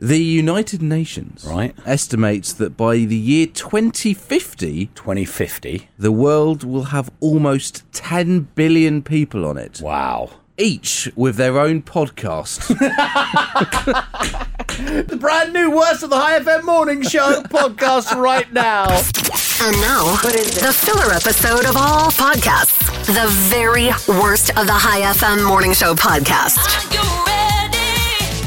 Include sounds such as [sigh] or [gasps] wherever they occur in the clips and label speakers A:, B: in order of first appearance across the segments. A: The United Nations
B: Right.
A: estimates that by the year 2050,
B: 2050.
A: the world will have almost 10 billion people on it,
B: Wow.
A: each with their
B: [laughs]
A: own podcast.
B: The brand new Worst of the High FM Morning [laughs] Show podcast right now.
C: And now, the filler episode of all podcasts. The very worst of the High FM Morning Show podcast.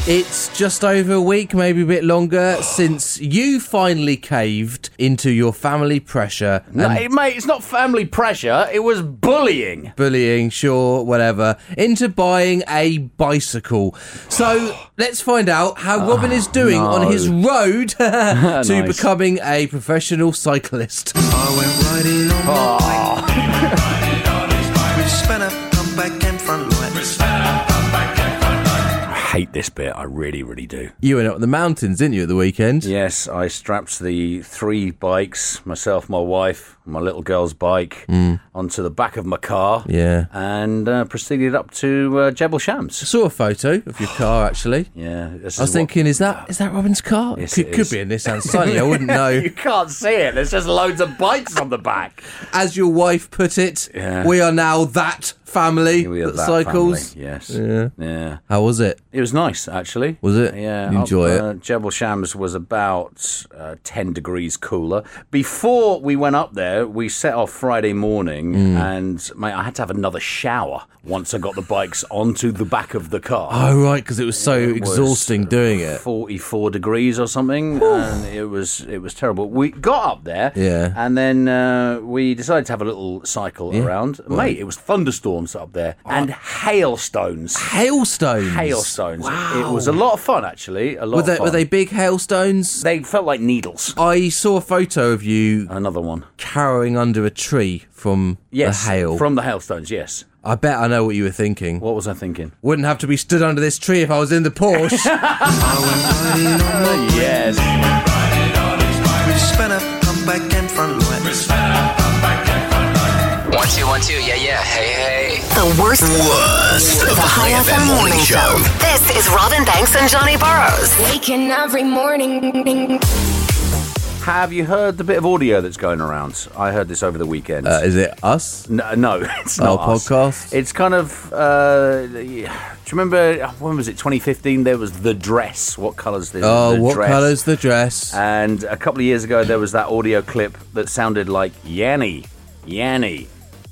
A: it's just over a week, maybe a bit
B: [gasps]
A: longer, since you finally caved into your family pressure and
B: Mate, mate, it's not family pressure, it was bullying.
A: bullying, sure, whatever, into buying a bicycle.
B: [gasps]
A: So let's find out how Robin is doing on
B: [laughs]
A: his road [laughs] to
B: Ah, Nice.
A: becoming a professional cyclist.
D: I went riding on my bike. With spanner, come back and front lights.
B: I hate this bit, I really, really do.
A: You went up the mountains, didn't you, at the weekend?
B: Yes, I strapped the three bikes, myself, my wife, and my little girl's bike, onto the back of my car.
A: Mm. Yeah.
B: And uh, proceeded up to uh, Jebel Shams.
A: Saw a photo of your
B: [sighs]
A: car actually.
B: Yeah. This
A: I was
B: is what-
A: thinking, is that is that Robin's car?
B: Yes,
A: could,
B: it
A: could
B: is.
A: be in this
B: [laughs]
A: sunny. I wouldn't know.
B: You can't see it. There's just loads of bikes on the back.
A: As your wife put it,
B: Yeah.
A: we are now that family
B: We are
A: that
B: that
A: cycles.
B: family, Yes. Yeah. Yeah.
A: How was it?
B: It was nice, actually.
A: Was it?
B: Yeah.
A: You enjoy
B: uh, it. Jebel Shams was about uh, 10 degrees cooler. Before we went up there, we set off Friday morning,
A: Hmm.
B: and mate, I had to have another shower once I got the bikes onto the back of the car.
A: Oh right, because it was so exhausting doing it.
B: 44 degrees or something and it was it was terrible we got up there
A: Yeah.
B: and then uh, we decided to have a little cycle around mate it was thunderstorms up there and
A: Oh.
B: hailstones
A: Hailstones.
B: hailstones it was a lot of fun actually a lot
A: Were
B: of
A: they,
B: fun.
A: were they big hailstones?
B: They felt like needles
A: I saw a photo of you
B: another one
A: cowering under a tree from
B: yes
A: the hail.
B: from the hailstones yes
A: I bet I know what you were thinking.
B: what was i thinking
A: Wouldn't have to be stood under this tree if I was in
B: [laughs]
A: the Porsche.
B: Uh, yes
D: With spanner, come back and front lights.
E: One two one two, yeah yeah, hey hey.
C: The worst, of the High FM Morning Show. This is Robin Banks and Johnny Burrows.
F: Waking every morning.
B: have you heard the bit of audio that's going around i heard this over the weekend
A: uh, is it us?
B: No, no, [laughs] it's
A: Our
B: not us.
A: podcast?
B: It's kind of. Uh, yeah. do you remember when was it? 2015. There was the dress. What colours? The,
A: Oh,
B: the
A: what
B: dress. Uh,
A: colour's the dress?
B: And a couple of years ago, there was that audio clip that sounded like Yanni, Yanni.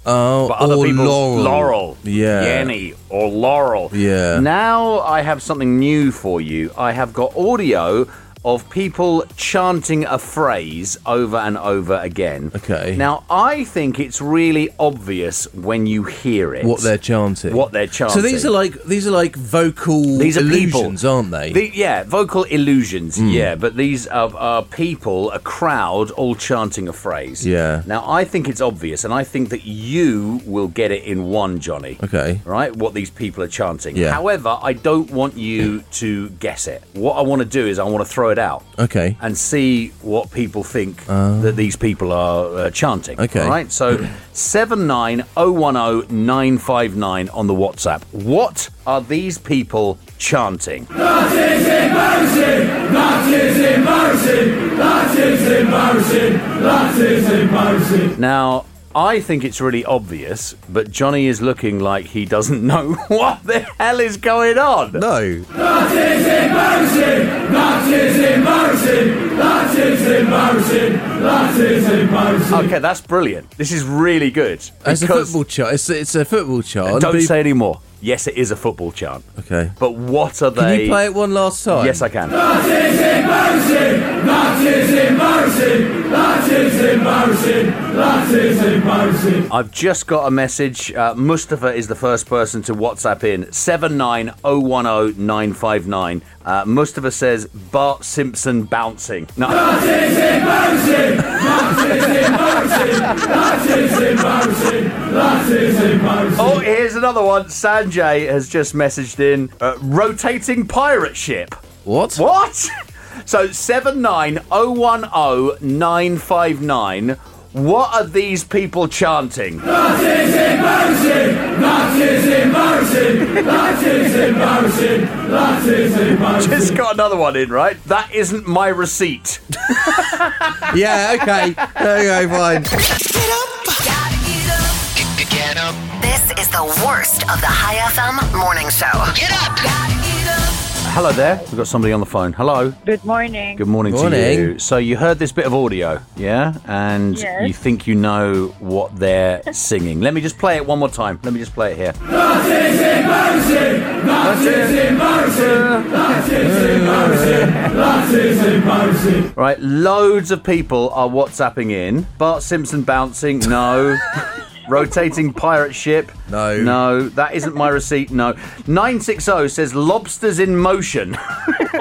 A: oh,
B: But other
A: or
B: people,
A: Laurel. Yeah.
B: Yanni or Laurel.
A: Yeah.
B: Now I have something new for you. I have got audio of people chanting a phrase over and over again.
A: Okay.
B: Now I think it's really obvious when you hear it.
A: What they're chanting.
B: What they're
A: So these
B: chanting.
A: are like these are like vocal
B: These are
A: illusions,
B: people.
A: aren't they?
B: The- yeah, vocal illusions.
A: Hmm.
B: Yeah, but these are, are people, a crowd, all chanting a phrase.
A: Yeah.
B: Now I think it's obvious, and I think that you will get it in one, Johnny.
A: Okay.
B: Right, what these people are chanting.
A: Yeah.
B: However, I don't want you to guess it. What I want to do is I want to throw it out
A: Okay.
B: and see what people think that these people are uh, chanting.
A: Oh. Okay.
B: All right. So seven nine oh one oh nine five nine on the WhatsApp. What are these people chanting? Now. I think it's really obvious, but Johnny is looking like he doesn't [laughs] know what the hell is going on.
A: [laughs] No.
B: Okay, that's brilliant. This is really good.
A: It's a
B: because-
A: football chart. It's, it's a football chart.
B: Don't
A: Be-
B: say any more. Yes, it is a football chant.
A: Okay.
B: But what are
A: Can
B: they?
A: you play it one last time?
B: Yes, I can. I've just got a message. Uh, Mustafa is the first person to WhatsApp in seven nine zero one zero nine five nine. Uh, Mustafa says Bart Simpson bouncing. No, [laughs] oh, here's another one. Sanjay has just messaged in uh, rotating pirate ship.
A: What?
B: [laughs] What? So seven nine oh one oh nine five nine. What are these people chanting? Just got another one in, right? That isn't my receipt.
A: [laughs] Yeah, okay. Okay,
B: [laughs]
A: fine.
E: G- g- Get up.
C: This is the worst of the High FM morning show.
E: Get up.
B: Hello there. We've got somebody on the phone. Hello.
G: Good morning.
B: Good morning,
A: Morning.
B: to you. So you heard this bit of audio, yeah? And
G: Yes.
B: you think you know what they're singing. Let me just play it one more time. Let me just play it here. Right, loads of people are WhatsApping in. Bart Simpson bouncing,
G: [laughs]
B: no. Rotating pirate ship,
A: No.
B: No, that isn't my receipt, no. 960 says lobsters in motion.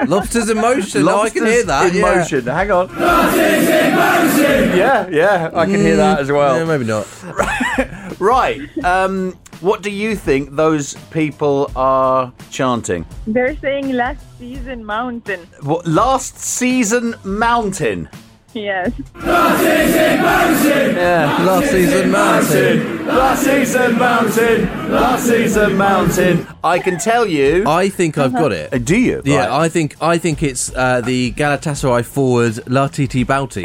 A: Lobsters in motion. No, I
B: Lobsters
A: can hear that.
B: in
A: yeah.
B: motion. Hang on. Yeah, yeah, I can hear that as
A: Yeah,
B: well.
A: maybe not.
B: Mm. Right. Um, what do you think those people are chanting?
G: They're saying last season mountain.
B: What, last season mountain.
G: Yes.
A: Last season, Martin.
B: Last season mountain. Last season mountain. I can tell you.
A: I think I've got it.
B: Uh, do you?
A: Yeah,
B: Right.
A: I think I think it's uh, the Galatasaray forward
B: [laughs]
A: Latiti Bouty.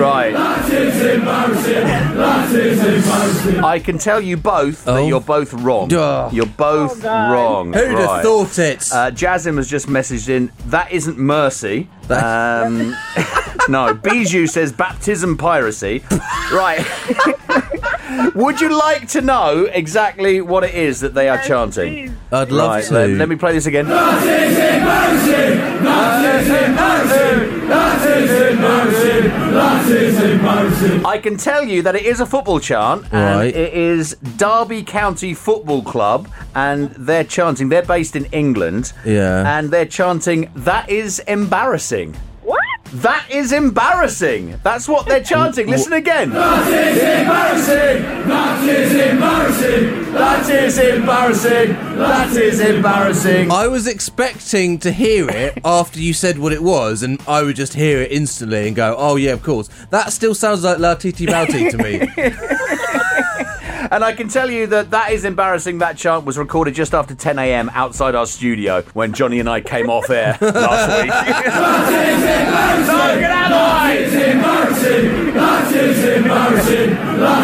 B: Right. I can tell you both that
A: Oh.
B: you're both wrong.
A: Duh.
B: You're both
G: God.
B: wrong.
A: Who'd have
B: Right.
A: thought it?
B: Uh, Jasmine has just messaged in. That isn't mercy. Um, [laughs] no, Bijou says baptism piracy. Right. [laughs] Would you like to know exactly what it is that they are chanting?
G: Please.
A: I'd love
B: Right,
A: to.
B: let, let me play this again. I can tell you that it is a football chant, and
A: Right.
B: it is Derby County Football Club, and they're chanting. They're based in England,
A: Yeah.
B: and they're chanting. That is embarrassing.
G: What?
B: That is embarrassing. That's what they're chanting. Listen again. That is embarrassing. That is embarrassing. That is embarrassing. That is embarrassing.
A: I was expecting to
B: [laughs]
A: hear it after you said what it was, and I would just hear it instantly and go, "Oh yeah, of course." That still sounds like Latiti Bouty to me.
B: And I can tell you that that is embarrassing. That chant was recorded just after 10 a.m. outside our studio when Johnny and I came off [laughs] air last week. [laughs] All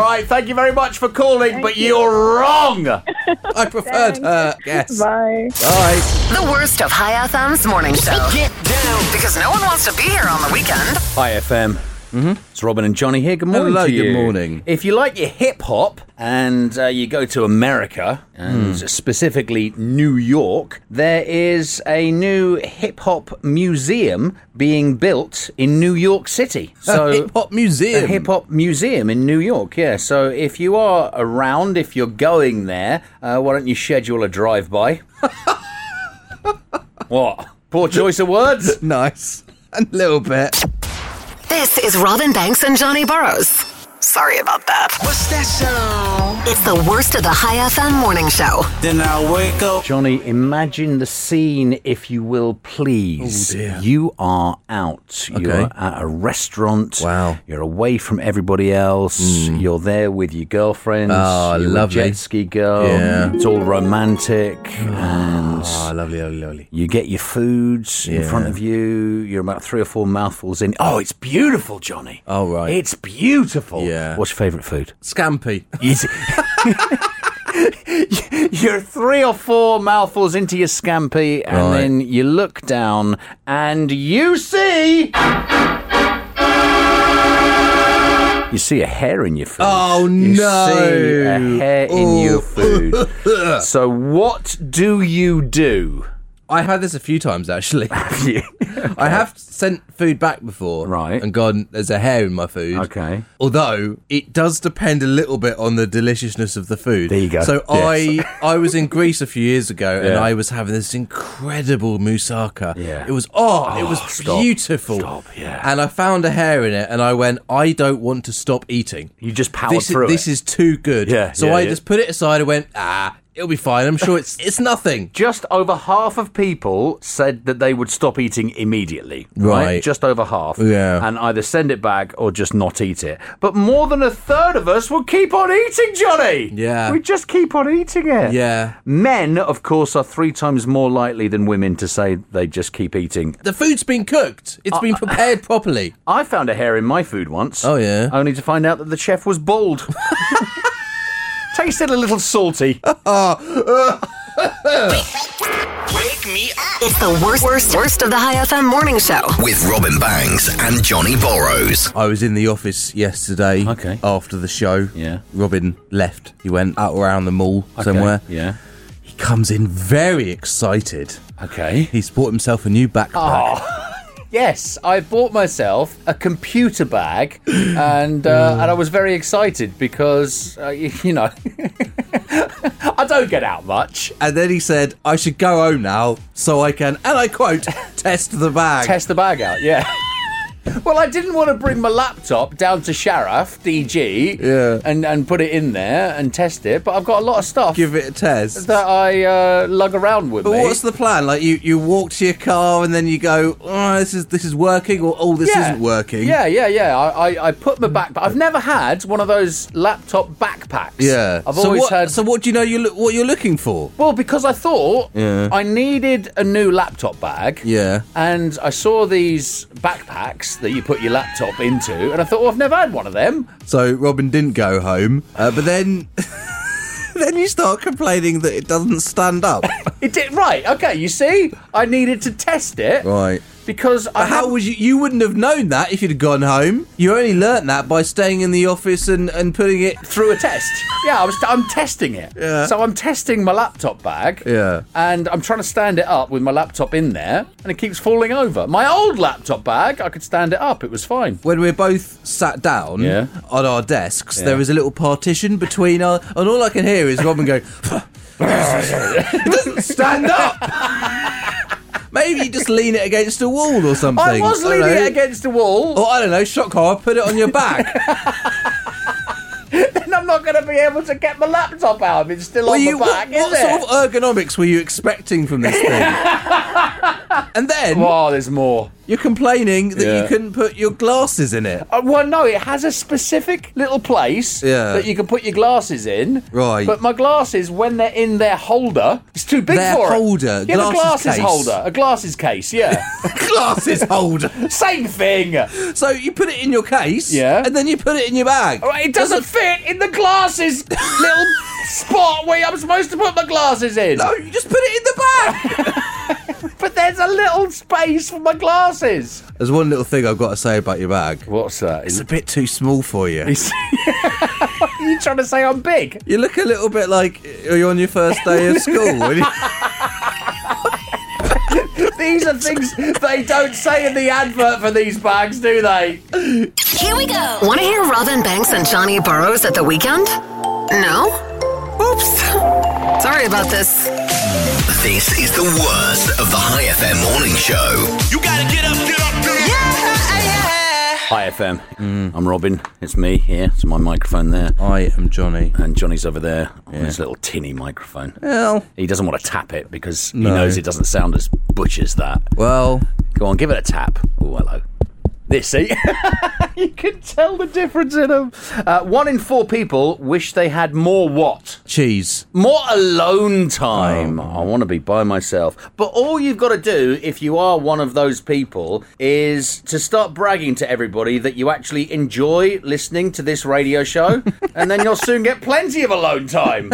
B: right, thank you very much for calling, but you're wrong. [laughs]
A: I preferred her. Yes.
G: Bye.
C: The worst of High FM's morning show. Get down. Because no one wants to be here on the weekend.
B: Hi, FM. It's Robin and Johnny here. Good morning.
A: Mm-hmm. Hello,
B: to you.
A: good morning.
B: If you like your hip hop and uh, you go to America and
A: Hmm.
B: specifically New York, there is a new hip hop museum being built in New York City.
A: So
B: So
A: hip hop museum.
B: a hip hop museum in New York. Yeah. So if you are around, if you're going there, uh, why don't you schedule a drive
A: [laughs]
B: by? what? Poor choice of words.
A: nice. A little bit.
C: This is Robin Banks and Johnny Burrows. Sorry about that.
D: What's that sound?
C: It's the worst of the High FM morning show.
D: Then I wake up.
B: Johnny, imagine the scene, if you will, please.
A: Oh, dear.
B: You are out. You're
A: Okay.
B: at a restaurant.
A: Wow.
B: You're away from everybody else. You're there with your girlfriend.
A: Oh,
B: You're a
A: lovely.
B: jet ski girl.
A: Yeah.
B: It's all
A: [sighs]
B: romantic. and
A: Oh, lovely, lovely, lovely.
B: you get your foods in
A: Yeah.
B: front of you. You're about three or four mouthfuls in. Oh, it's beautiful, Johnny.
A: Oh, right.
B: It's beautiful.
A: Yeah.
B: What's your favourite food?
A: Scampy.
B: Is You're three or four mouthfuls into your scampi, and
A: Right.
B: then you look down and you see. You see a hair in your food.
A: Oh,
B: You
A: no. Oh.
B: see a hair in
A: Ooh.
B: your
A: [laughs]
B: food. so, what do you do?
A: I had this a few times
B: [laughs]
A: actually. I have sent food back before,
B: Right.
A: And gone, there's a hair in my food.
B: Okay.
A: Although it does depend a little bit on the deliciousness of the food.
B: There you go.
A: So
B: Yes.
A: I I was in Greece a few years ago, and
B: Yeah.
A: I was having this incredible moussaka.
B: Yeah.
A: It was oh, it was
B: Oh, stop.
A: beautiful.
B: Stop, yeah.
A: And I found a hair in it, and I went, I don't want to stop eating.
B: You just power
A: This is,
B: through
A: this
B: it.
A: is too good.
B: Yeah,
A: So
B: yeah,
A: I
B: yeah.
A: just put it aside and went, ah, It'll be fine. I'm sure it's it's
B: [laughs]
A: nothing.
B: Just over half of people said that they would stop eating immediately. Right.
A: Right.
B: Just over half.
A: Yeah.
B: And either send it back or just not eat it. But more than a third of us will keep on eating, Johnny.
A: Yeah.
B: We just keep on eating it.
A: Yeah.
B: Men, of course, are three times more likely than women to say they just keep eating.
A: The food's been cooked.
B: Uh,
A: It's been prepared properly.
B: I found a hair in my food once.
A: Oh, yeah?
B: Only to find out that the chef was
A: [laughs]
B: bald. Tasted a little salty.
D: Wake me up
C: It's the worst, worst, worst of the High FM morning show.
H: With Robin Bangs and Johnny Borrows.
A: I was in the office yesterday.
B: Okay.
A: After the show.
B: Yeah.
A: Robin left. He went out around the mall
B: Okay,
A: somewhere.
B: Yeah.
A: He comes in very excited.
B: Okay.
A: He's bought himself a new
B: Ah.
A: backpack.
B: Yes, I bought myself a computer
A: [gasps]
B: bag, and
A: Mm.
B: uh, and I was very excited because uh, y- you know [laughs] I don't get out much.
A: And then he said, I should go home now so I can, and I
B: [laughs]
A: quote, test the bag.
B: Test the bag out,
A: [laughs]
B: yeah. well, I didn't want to bring my laptop down to Sharaf DG,
A: Yeah.
B: and and put it in there and test it. But I've got a lot of stuff
A: Give it a test.
B: that I uh, lug around with
A: But
B: me.
A: what's the plan? Like you, you walk to your car and then you go, oh, this is this is working, or oh, this
B: Yeah.
A: isn't working.
B: Yeah, yeah, yeah. I, I, I put my backpack. I've never had one of those laptop backpacks.
A: yeah.
B: I've
A: so
B: always
A: what,
B: had.
A: So what do you know? You look what you're looking for?
B: Well, because I thought I needed a new laptop bag.
A: Yeah.
B: And I saw these backpacks that you put your laptop into, and I thought, well, I've never had one of them.
A: So Robin didn't go home, uh, but then. [laughs] Then you start complaining that it doesn't stand
B: [laughs]
A: up.
B: It did right. Okay, you see, I needed to test it
A: Right.
B: because I
A: But how
B: had-
A: would you? You wouldn't have known that if you'd have gone home. You only learnt that by staying in the office and, and putting it.
B: through a test. Yeah, I was. I'm testing it.
A: Yeah.
B: So I'm testing my laptop bag.
A: Yeah.
B: And I'm trying to stand it up with my laptop in there, and it keeps falling over. My old laptop bag, I could stand it up. It was fine.
A: When we're both sat down
B: Yeah.
A: on our desks,
B: Yeah.
A: there is a little partition between our. And all I can hear is Robin going. it doesn't stand up. [laughs] Maybe you just lean it against a wall or something.
B: [laughs] I was
A: don't
B: leaning
A: know.
B: it against the wall.
A: Or I don't know, shock horror. Put it on your
B: [laughs]
A: back.
B: and I'm not going to be able to get my laptop out if it's still
A: Were
B: on
A: you-
B: the back, is
A: what, what
B: it?
A: sort of ergonomics were you expecting from this thing? [laughs] and then
B: Oh, there's more.
A: you're complaining that
B: Yeah.
A: you couldn't put your glasses in [laughs] it.
B: Uh, well, no, it has a specific little place
A: Yeah.
B: that you can put your glasses in.
A: Right.
B: But my glasses, when they're in their holder, it's too big
A: Their
B: for it. Yeah,
A: holder,
B: the
A: glasses
B: glasses
A: case.
B: holder, a glasses case. Yeah,
A: [laughs] glasses holder.
B: same thing. All
A: So you put it in your case,
B: Yeah.
A: and then you put it in your bag.
B: right, it doesn't fit in the
A: [laughs]
B: glasses little spot where I'm supposed to put my glasses in.
A: No, you just put it in the bag.
B: But there's a little space for my glasses.
A: [laughs] There's one little thing I've got to say about your bag.
B: What's that?
A: It's a bit too small for you.
B: Are [laughs] you trying to say I'm big?
A: You look a little bit like you're on your first day of [laughs] school. when you-
B: These are things they don't say in the advert for these bags, do they?
F: Here we go.
C: Want to hear Robin Banks and Johnny Burrows at the weekend? No? Oops. Sorry about this.
H: This is the worst of the High FM morning show.
D: You gotta get up, get up, get up.
B: Hi FM, I'm Robin. It's me here. It's my microphone there,
A: I am Johnny.
B: and Johnny's over there on his little tinny microphone.
A: Well,
B: He doesn't want to tap it because he knows it doesn't sound as butch as that.
A: well,
B: Go on, give it a tap. Oh, hello. This, see? you can tell the difference in them. Uh, one in four people wish they had more what?
A: cheese.
B: More alone time. I want to be by myself. But all you've got to do if you are one of those people is to start bragging to everybody that you actually enjoy listening to this radio show, and then you'll soon get plenty of alone time.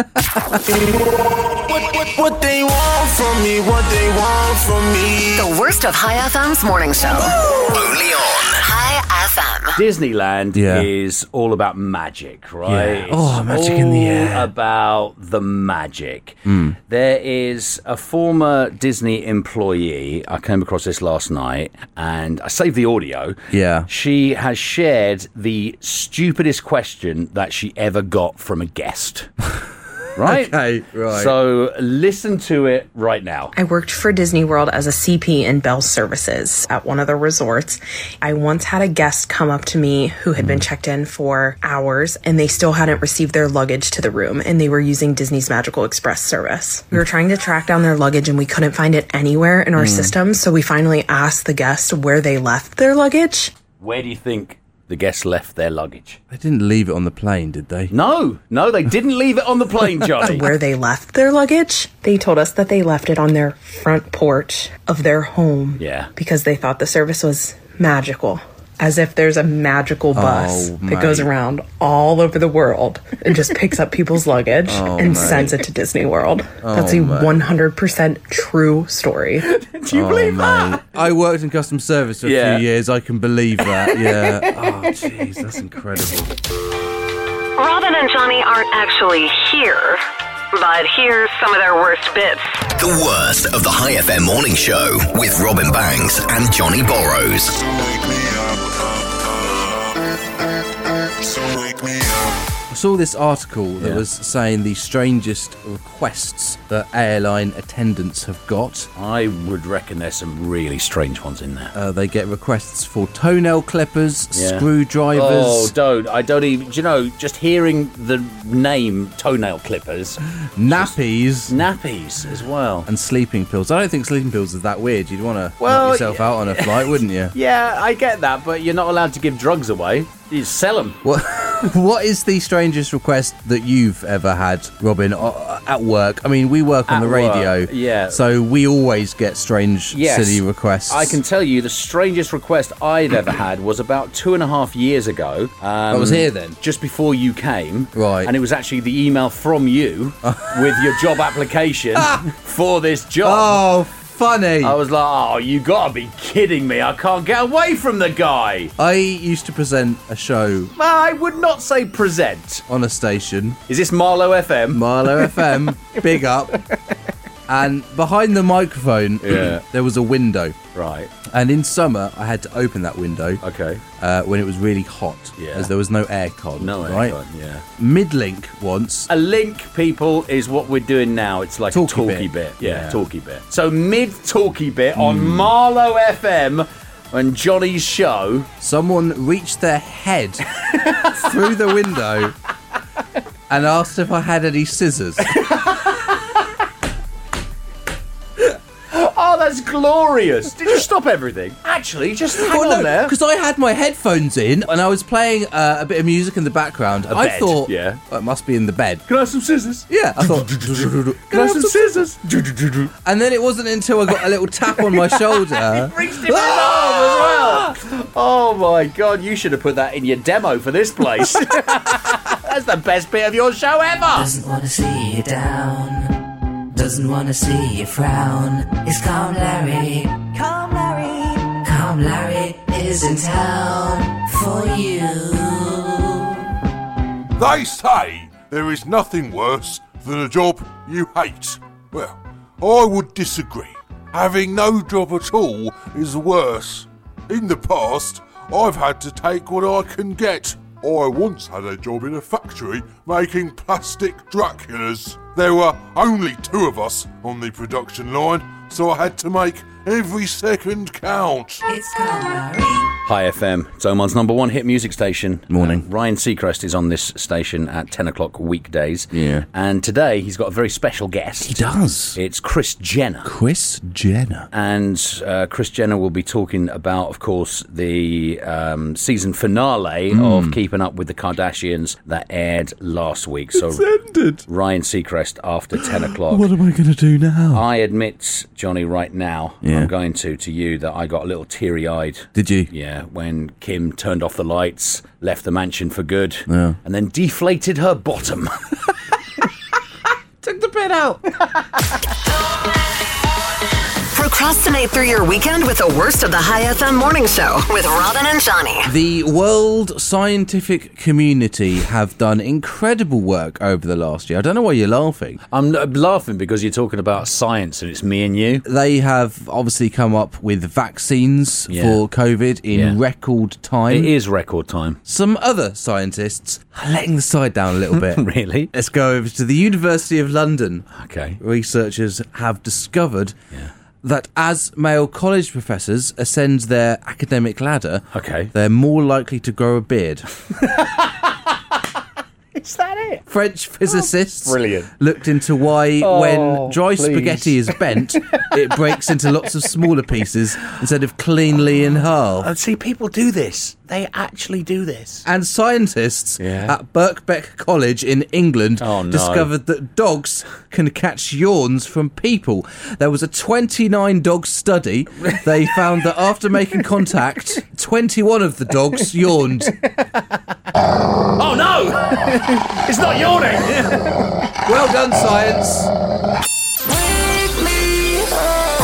D: What, what, what they want from me, what they want from me.
C: The worst of High FM's morning show.
H: Only on
C: High FM.
B: Disneyland
A: Yeah.
B: is all about magic, right?
A: Yeah. Oh,
B: It's
A: magic in the
B: all
A: air. Hmm.
B: About the magic. There is a former Disney employee. I came across this last night, and I saved the audio.
A: Yeah.
B: she has
A: [laughs]
B: shared the stupidest question that she ever got from a guest. right?
A: Okay, right.
B: So listen to it right now.
I: I worked for Disney World as a CP in Bell Services at one of the resorts. I once had a guest come up to me who had been checked in for hours and they still hadn't received their luggage to the room and they were using Disney's Magical Express service. We were trying to track down their luggage and we couldn't find it anywhere in our
H: Hmm.
I: system, so we finally asked the guest where they left their luggage.
B: Where do you think the guests left their luggage?
A: They didn't leave it on the plane, did they?
B: No, no, they didn't leave it on the
I: [laughs]
B: plane, Johnny.
I: Where they left their luggage? They told us that they left it on their front porch of their home.
B: Yeah.
I: because they thought the service was magical. As if there's a magical bus
A: Oh,
I: that goes
A: mate.
I: around all over the world and just picks up people's luggage and sends it to Disney World. That's a 100% true story.
B: Do you believe that?
A: I worked in customer service for
B: Yeah.
A: a few years. I can
B: [laughs]
A: believe that. Yeah. oh, jeez, that's incredible.
C: Robin and Johnny aren't actually here, but here's some of their worst bits.
H: The worst of the High FM morning show with Robin Banks and Johnny Borrows.
A: I saw this article that
B: Yeah.
A: was saying the strangest requests that airline attendants have got.
B: I would reckon there's some really strange ones in there.
A: Uh, they get requests for toenail clippers,
B: Yeah.
A: screwdrivers.
B: Oh, don't. I don't even. do You know, just hearing the name toenail clippers,
A: nappies
B: nappies as well.
A: and sleeping pills. I don't think sleeping pills is that weird. You'd want to
B: Well,
A: knock yourself out on a flight,
B: [laughs]
A: wouldn't you?
B: Yeah, I get that, but you're not allowed to give drugs away. You sell them.
A: What, what is the strangest request that you've ever had, Robin, uh, at work? I mean, we work on
B: At
A: the
B: work,
A: radio,
B: yeah.
A: So we always get strange,
B: Yes.
A: silly requests.
B: I can tell you the strangest request I've ever had was about two and a half years ago. Um, I
A: was here then?
B: Just before you came.
A: Right.
B: And it was actually the email from
A: [laughs]
B: you with your job application for this job.
A: Oh, funny!
B: I was like, oh, you gotta be kidding me. I can't get away from the guy.
A: I used to present a show
B: I would not say present.
A: on a station,
B: Is this Marlow FM? [laughs]
A: Marlow FM, big up. And behind the microphone,
B: Yeah.
A: [clears throat] there was a window.
B: Right.
A: And in summer, I had to open that window
B: Okay.
A: uh, when it was really hot,
B: Yeah.
A: as there was no aircon.
B: No,
A: right?
B: aircon, yeah.
A: Midlink once
B: A link, people, is what we're doing now. It's like
A: Talky
B: a talky
A: bit.
B: bit. Yeah,
A: Yeah. Hmm.
B: talky bit. So mid talky bit on Marlow FM and Johnny's show.
A: someone reached
B: [laughs]
A: their head through the window and asked if I had any scissors.
B: Oh, that's glorious. Did you stop everything? Actually, just hang
A: Oh,
B: on there.
A: because I had my headphones in and I was playing uh, a bit of music in the background. I
B: bed,
A: thought,
B: yeah.
A: "Oh, it must be in the bed.
B: Can I have some scissors?
A: Yeah,
B: [laughs]
A: I thought,
B: Can I have some scissors?
A: and then it wasn't until I got a little tap on
B: [laughs]
A: my shoulder. Ah!
B: Oh, as well. [laughs] Oh my god, you should have put that in your demo for this place. [laughs] That's the best bit of your show ever.
J: Doesn't wanna see you down. Doesn't wanna see you frown. It's Calm Larry. Calm Larry. Calm Larry is in town for you.
K: They say there is nothing worse than a job you hate. Well, I would disagree. Having no job at all is worse. In the past, I've had to take what I can get. oh, I once had a job in a factory making plastic Draculas. There were only two of us on the production line, so I had to make every second count.
J: It's Calm Larry.
B: Hi FM, it's Oman's number one hit music station.
A: Morning.
B: Uh, Ryan Seacrest is on this station at 10 o'clock weekdays.
A: Yeah.
B: And today he's got a very special guest. He
A: does.
B: It's Chris Jenner.
A: Chris Jenner.
B: And uh, Chris Jenner will be talking about, of course, the um, season finale
A: Hmm.
B: of Keeping Up with the Kardashians that aired last week. So
A: Ended.
B: Ryan Seacrest after 10 o'clock.
A: What am I going to do now?
B: I admit, Johnny, right now,
A: Yeah.
B: I'm going to, to you, that I got a little teary eyed
A: Did you?
B: yeah, when Kim turned off the lights, left the mansion for good, and then deflated her bottom. [laughs]
A: Took the pin out.
C: Procrastinate through your weekend with the worst of the High FM morning show with Robin and Johnny.
A: The world scientific community have done incredible work over the last year. I don't know why you're laughing.
B: I'm laughing because you're talking about science and it's me and you.
A: They have obviously come up with vaccines
B: Yeah.
A: for COVID in
B: Yeah.
A: record time.
B: It is record time. [laughs]
A: Some other scientists are letting the side down a little bit.
B: Really?
A: Let's go over to the University of London.
B: Okay.
A: Researchers have discovered that as male college professors ascend their academic ladder,
B: Okay.
A: they're more likely to grow a
B: [laughs]
A: beard.
B: Is that it?
A: French physicists
B: brilliant.
A: looked into why,
B: Oh,
A: when dry
B: please.
A: spaghetti is
B: [laughs]
A: bent, it breaks into lots of smaller pieces instead of cleanly in half.
B: Oh, see, people do this. They actually do this.
A: And scientists
B: Yeah.
A: at Birkbeck College in England
B: Oh, no.
A: discovered that dogs can catch yawns from people. There was a 29 dog study. They found that after making contact, 21 of the dogs yawned.
B: Oh no! [laughs] it's not yawning.
A: Well done, science.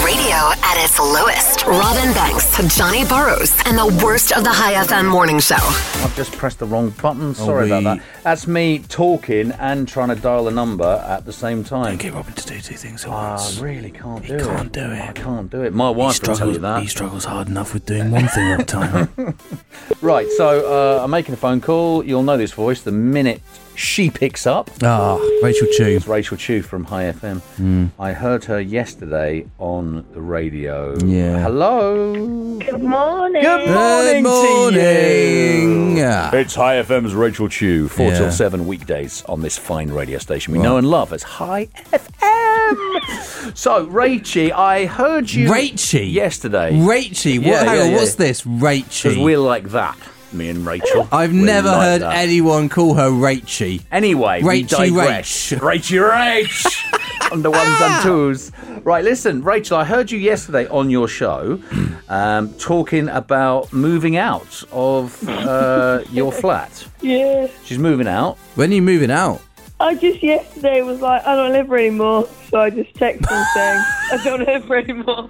C: Radio at its lowest. Robin Banks, Johnny Burrows, and the worst of the High FM morning show.
B: I've just pressed the wrong button. Sorry
A: Oh, we-
B: about that. That's me talking and trying to dial a number at the same time. Ah,
A: Get Robin to do two things at
B: I really can't do it.
A: can't do it.
B: I can't do it. My wife will tell you that.
A: struggles hard enough with doing one thing at a time.
B: Right, so uh, I'm making a phone call. You'll know this voice the minute she picks up.
A: Ah, Rachel Chu.
B: It's Rachel Chu from High FM.
A: Hmm.
B: I heard her yesterday on the radio.
A: Yeah.
B: Hello.
G: Good morning.
A: Good morning. Ah,
B: It's High FM's Rachel Chu, 4
A: Yeah.
B: till 7 weekdays on this fine radio station we know and love as High FM. so, Rachie, I heard you
A: Rachie?
B: yesterday.
A: Rachie, what?
B: Yeah,
A: hang
B: yeah,
A: on,
B: yeah.
A: what's this,
B: Because we're
A: Rachie?
B: like that, me and Rachel.
A: I've
B: We're
A: never
B: like
A: heard
B: that.
A: anyone call her Rachie.
B: Anyway, we
A: Rachy
B: digress.
A: Rach.
B: Rachy
A: [laughs]
B: Rach. on the ones
A: Ah!
B: and twos. Right, listen, Rachel, I heard you yesterday on your
A: [clears throat]
B: show um, talking about moving out of uh, your flat.
G: Yes.
B: She's moving out.
A: When are you moving out?
G: I just yesterday was like, I don't live here anymore. So I just texted him
K: [laughs]
G: saying, I don't live here anymore.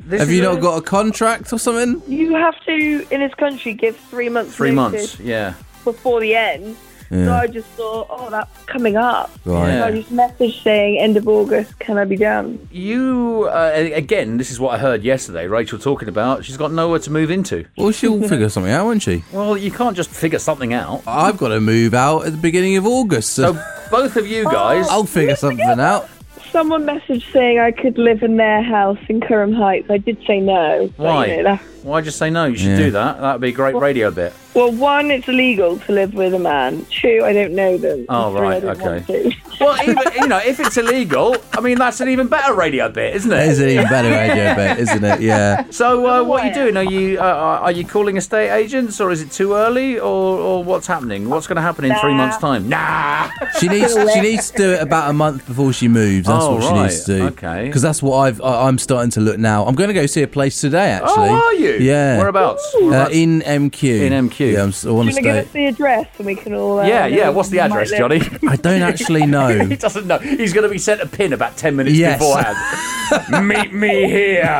B: This
A: Have
B: is
A: you
B: a-
A: not got a contract or something?
G: You have to, in this country, give three months
B: Three
G: notice
B: months, yeah.
G: before the end. So I just thought, oh, that's coming up.
A: Right.
G: So I just messaged saying, end of August, can I be down?
B: You, uh, again, this is what I heard yesterday, Rachel talking about. She's got nowhere to move into. [laughs]
A: Well, she'll figure something out, won't she?
B: Well, you can't just figure something out.
A: I've got to move out at the beginning of August,
G: [laughs]
A: so
B: So, both of
G: Oh.
B: you guys.
A: I'll
B: [laughs]
A: figure something out.
G: Someone messaged saying I could live in their house in Curram Heights. I did say no. but,
B: Why?
G: you know, that's-
B: Why just say no? You should
A: Yeah.
B: do that. That would be a great radio bit.
G: well, one, it's illegal to live with a man. Two, I don't know them.
B: Oh,
G: And three, I
B: right,
G: don't want
B: okay.
G: to.
B: Well, even [laughs] you know, if it's illegal, I mean that's an even better radio bit, isn't
A: That
B: it?
A: is an even better idea, bit, isn't it? Yeah.
B: So, uh, what are you doing? Are you uh, are you calling estate agents, or is it too early, or, or what's happening? What's going to happen in three
G: Nah.
B: months' time? Nah.
A: She needs she needs to do it about a month before she moves. That's
B: Oh,
A: what she needs to
B: right.
A: do.
B: Okay.
A: Because that's what I've I, I'm starting to look now. I'm going to go see a place today. Actually.
B: Oh, are you?
A: Yeah.
B: Whereabouts?
A: Uh,
B: Whereabouts?
A: in MQ.
B: In MQ.
A: Yeah, I'm, si want
G: Do
A: to
G: you want to give
A: stay.
G: us the address and we can all. Uh,
B: yeah,
G: know
B: yeah. What's the
G: where we
B: address,
G: might
B: Johnny?
G: live?
A: I don't
B: [laughs]
A: actually know.
B: he doesn't know. He's going to be sent a pin about ten minutes
A: Oh. Yes. [laughs]
B: beforehand. Meet me here.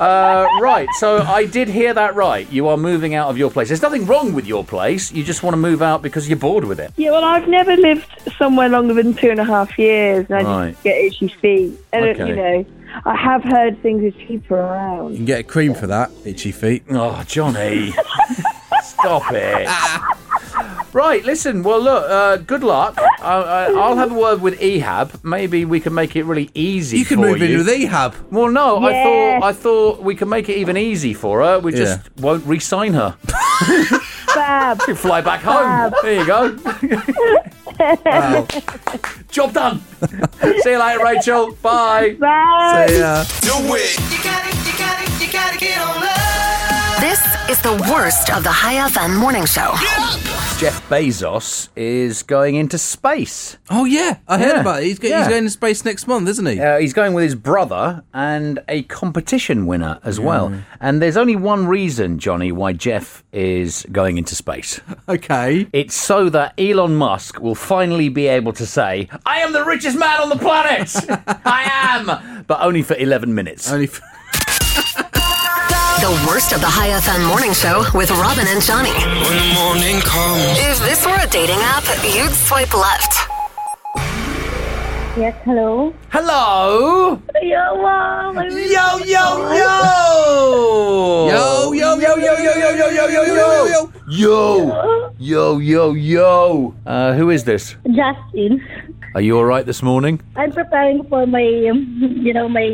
B: uh, right. So I did hear that right. You are moving out of your place. There's nothing wrong with your place. You just want to move out because you're bored with it.
G: Yeah, well, I've never lived somewhere longer than two and a half years, and I
B: Right.
G: just get itchy feet. And uh,
B: Okay.
G: you know, I have heard things are cheaper around.
A: You can get a cream for that. Itchy feet.
B: Oh, Johnny. [laughs] Stop it. Right, listen. Well, look. Uh, good luck. Uh, uh, I'll have a word with Ehab. Maybe we can make it really easy.
A: You can
B: for
A: move
B: you.
A: in with Ehab.
B: Well, no, I
G: Yes.
B: thought I thought we could make it even easy for her. We just won't re-sign [laughs] her.
G: Fab.
B: You fly back home. There you go. Job done. See you later, Rachel. Bye.
G: Fab.
A: Yeah.
D: Do it.
C: This is the worst of the High FM morning show.
B: Jeff Bezos is going into space.
A: Oh yeah, I heard
B: Yeah.
A: about it. He's, go-
B: Yeah.
A: he's going to space next month, isn't he?
B: Uh, he's going with his brother and a competition winner as well. And there's only one reason, Johnny, why Jeff is going into space.
A: Okay.
B: It's so that Elon Musk will finally be able to say, [laughs] I am the richest man on the planet! I am! But only for 11 minutes.
A: Oh. Only. F-
C: The worst of the High FM morning show with Robin and Johnny.
D: When the morning comes.
C: If this were a dating app, you'd swipe left.
L: Yes, hello. Oh,
B: Hello.
L: Yo, mom. Yo,
B: yo, yo.
A: Yo, yo, yo, yo, yo, yo, yo, yo, yo, yo, yo.
B: Yo, yo, yo, yo. Uh, who is this?
L: Justin.
B: Are you all right this morning?
L: I'm preparing for my, um, you know, my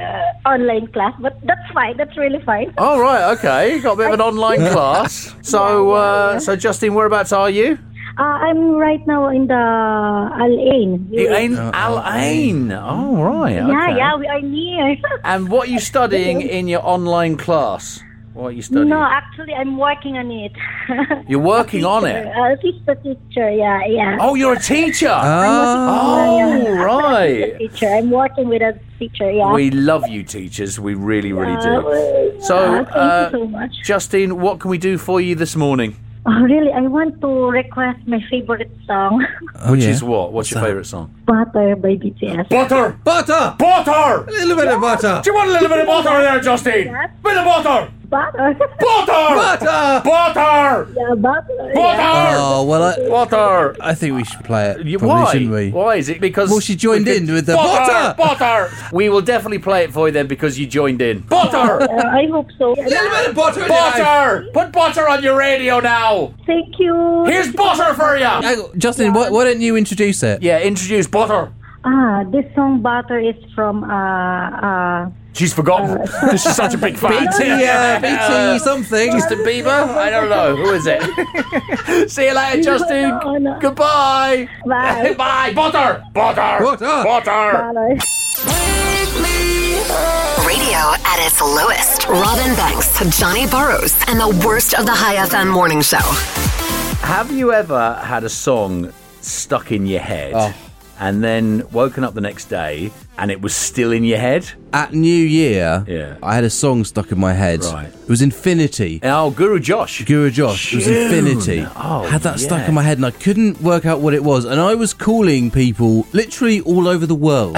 L: uh, online class, but that's fine. That's really fine.
B: All right, okay. Got a bit of an
L: [laughs]
B: online class. So, uh, so Justin, whereabouts are you?
L: Uh, I'm right now in the Al Ain.
B: You ain't
A: Uh,
B: Al Ain. All right.
L: Yeah,
B: okay.
L: yeah, we are near.
B: And what are you
L: [laughs]
B: studying in your online class? What are you studying?
L: No, actually, I'm working on it. [laughs]
B: You're working on it.
L: Uh, teacher, teacher, yeah, yeah.
B: Oh, you're a teacher.
A: Uh,
L: I'm
B: Oh,
L: working- yeah, yeah.
B: right.
L: Teacher, I'm working with a teacher. Yeah.
B: We love you, teachers. We really, really
L: Yeah,
B: do. So,
L: thank you
B: uh,
L: so much.
B: Justin, what can we do for you this morning?
L: Oh, really? I want to request my favorite song,
B: Which is what? What's, your favourite song?
L: "Butter" by BTS.
B: Butter!
A: Butter!
B: Butter!
A: A little bit of butter.
B: Do you want a little bit of butter there, Justin? Bit of butter!
L: Butter.
B: Butter!
A: Butter!
B: Butter!
L: Yeah, butter.
A: Oh, well, I,
B: Butter!
A: I think we should play it.
B: You-
A: Probably,
B: Why?
A: shouldn't we?
B: Why is it? Because
A: Well, she joined in with the
B: butter,
A: butter!
B: butter. We will definitely play it for you then because you joined in. Butter,
L: Uh, I hope so.
A: little bit of butter in your life.
B: butter. Put butter on your radio now.
L: Thank you.
B: Here's butter for you.
A: Hang on, Justin, why, why don't you introduce [laughs] it?
B: Yeah, introduce butter.
L: Ah, this song "Butter" is from uh
B: [laughs]
L: uh.
B: She's forgotten. She's such a big fan.
A: BT, uh, BT something.
B: Justin Bieber? I don't know. Who is it? [laughs] See you later,
L: No,
B: Justin.
L: no.
B: Goodbye.
L: Bye.
B: [laughs] Bye. Butter. Butter.
A: Butter.
B: Butter.
L: Butter.
C: Radio at its lowest. Robin Banks, Johnny Burrows, and the worst of the High FM morning show.
B: Have you ever had a song stuck in your head
A: Oh.
B: and then woken up the next day and it was still in your head?
A: At New Year,
B: Yeah.
A: I had a song stuck in my head.
B: Right.
A: It was Infinity.
B: Oh, Guru Josh.
A: Guru Josh. It was
B: Tune.
A: Infinity.
B: Oh,
A: had that
B: yeah.
A: stuck in my head and I couldn't work out what it was. And I was calling people literally all over the
B: [laughs]
A: world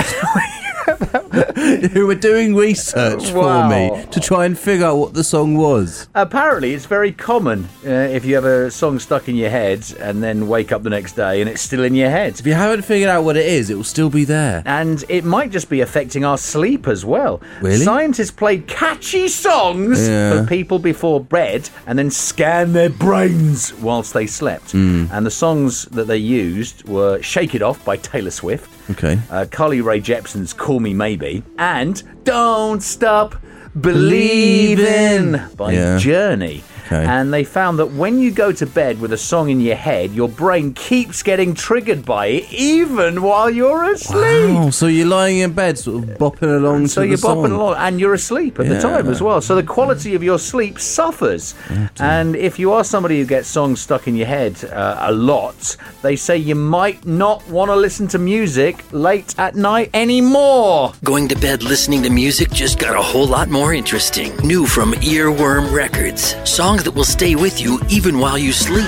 A: who were doing research
B: Wow.
A: for me to try and figure out what the song was.
B: Apparently, it's very common uh, if you have a song stuck in your head and then wake up the next day and it's still in your head.
A: If you haven't figured out what it is, it will still be there.
B: and it might just be affecting our sleep as well.
A: Really?
B: Scientists played catchy songs
A: Yeah.
B: for people before bed and then scanned their brains whilst they slept.
A: Hmm.
B: And the songs that they used were Shake It Off by Taylor Swift,
A: Okay.
B: uh, Carly Ray Jepsen's Call Me Maybe, and Don't Stop Believing by
A: Yeah.
B: Journey.
A: Okay.
B: And they found that when you go to bed with a song in your head, your brain keeps getting triggered by it even while you're asleep.
A: Oh, so you're lying in bed, sort of bopping along
B: So
A: to
B: you're
A: the song.
B: bopping along and you're asleep at the
A: Yeah.
B: time as well. So the quality of your sleep suffers.
A: uh,
B: and if you are somebody who gets songs stuck in your head uh, a lot, they say you might not want to listen to music late at night anymore.
M: Going to bed listening to music just got a whole lot more interesting. New from Earworm Records. Songs that will stay with you even while you sleep.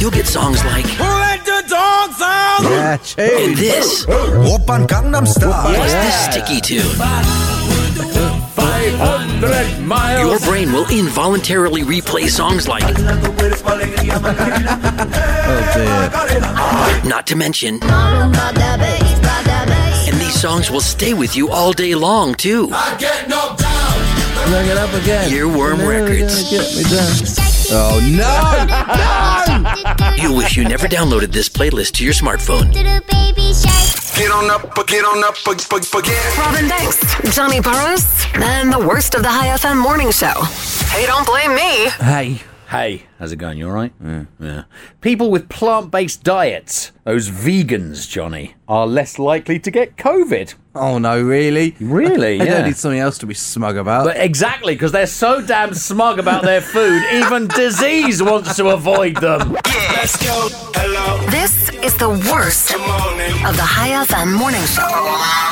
M: You'll get songs like
D: Let the dogs out.
B: [laughs]
A: Yeah,
M: and
A: change.
M: this.
D: Whoop on Gangnam Style.
M: What's this sticky tune?
B: 500
M: Your
B: miles.
M: brain will involuntarily replay songs like,
A: Oh dear.
M: not to mention. And these songs will stay with you all day long, too.
A: Bring it up again.
M: Earworm
A: Never
M: Records.
A: gonna get me down. Oh no!
M: You'll wish you never downloaded this playlist to your smartphone.
D: Get on up, get on up, forget.
C: Robin Banks, Johnny Burrows, and the worst of the High FM morning show. Hey, don't blame me.
A: Hey.
B: [laughs] Hey, how's it going? You alright? Yeah. People with plant based diets, those vegans, Johnny, are less likely to get COVID.
A: Oh no, really?
B: Really? [laughs]
A: I don't
B: Yeah.
A: need something else to be smug about.
B: But exactly, because they're so damn smug about their food, even [laughs] disease wants to avoid them.
D: Let's go. Hello.
C: This is the worst
D: Morning.
C: of the High FM morning show.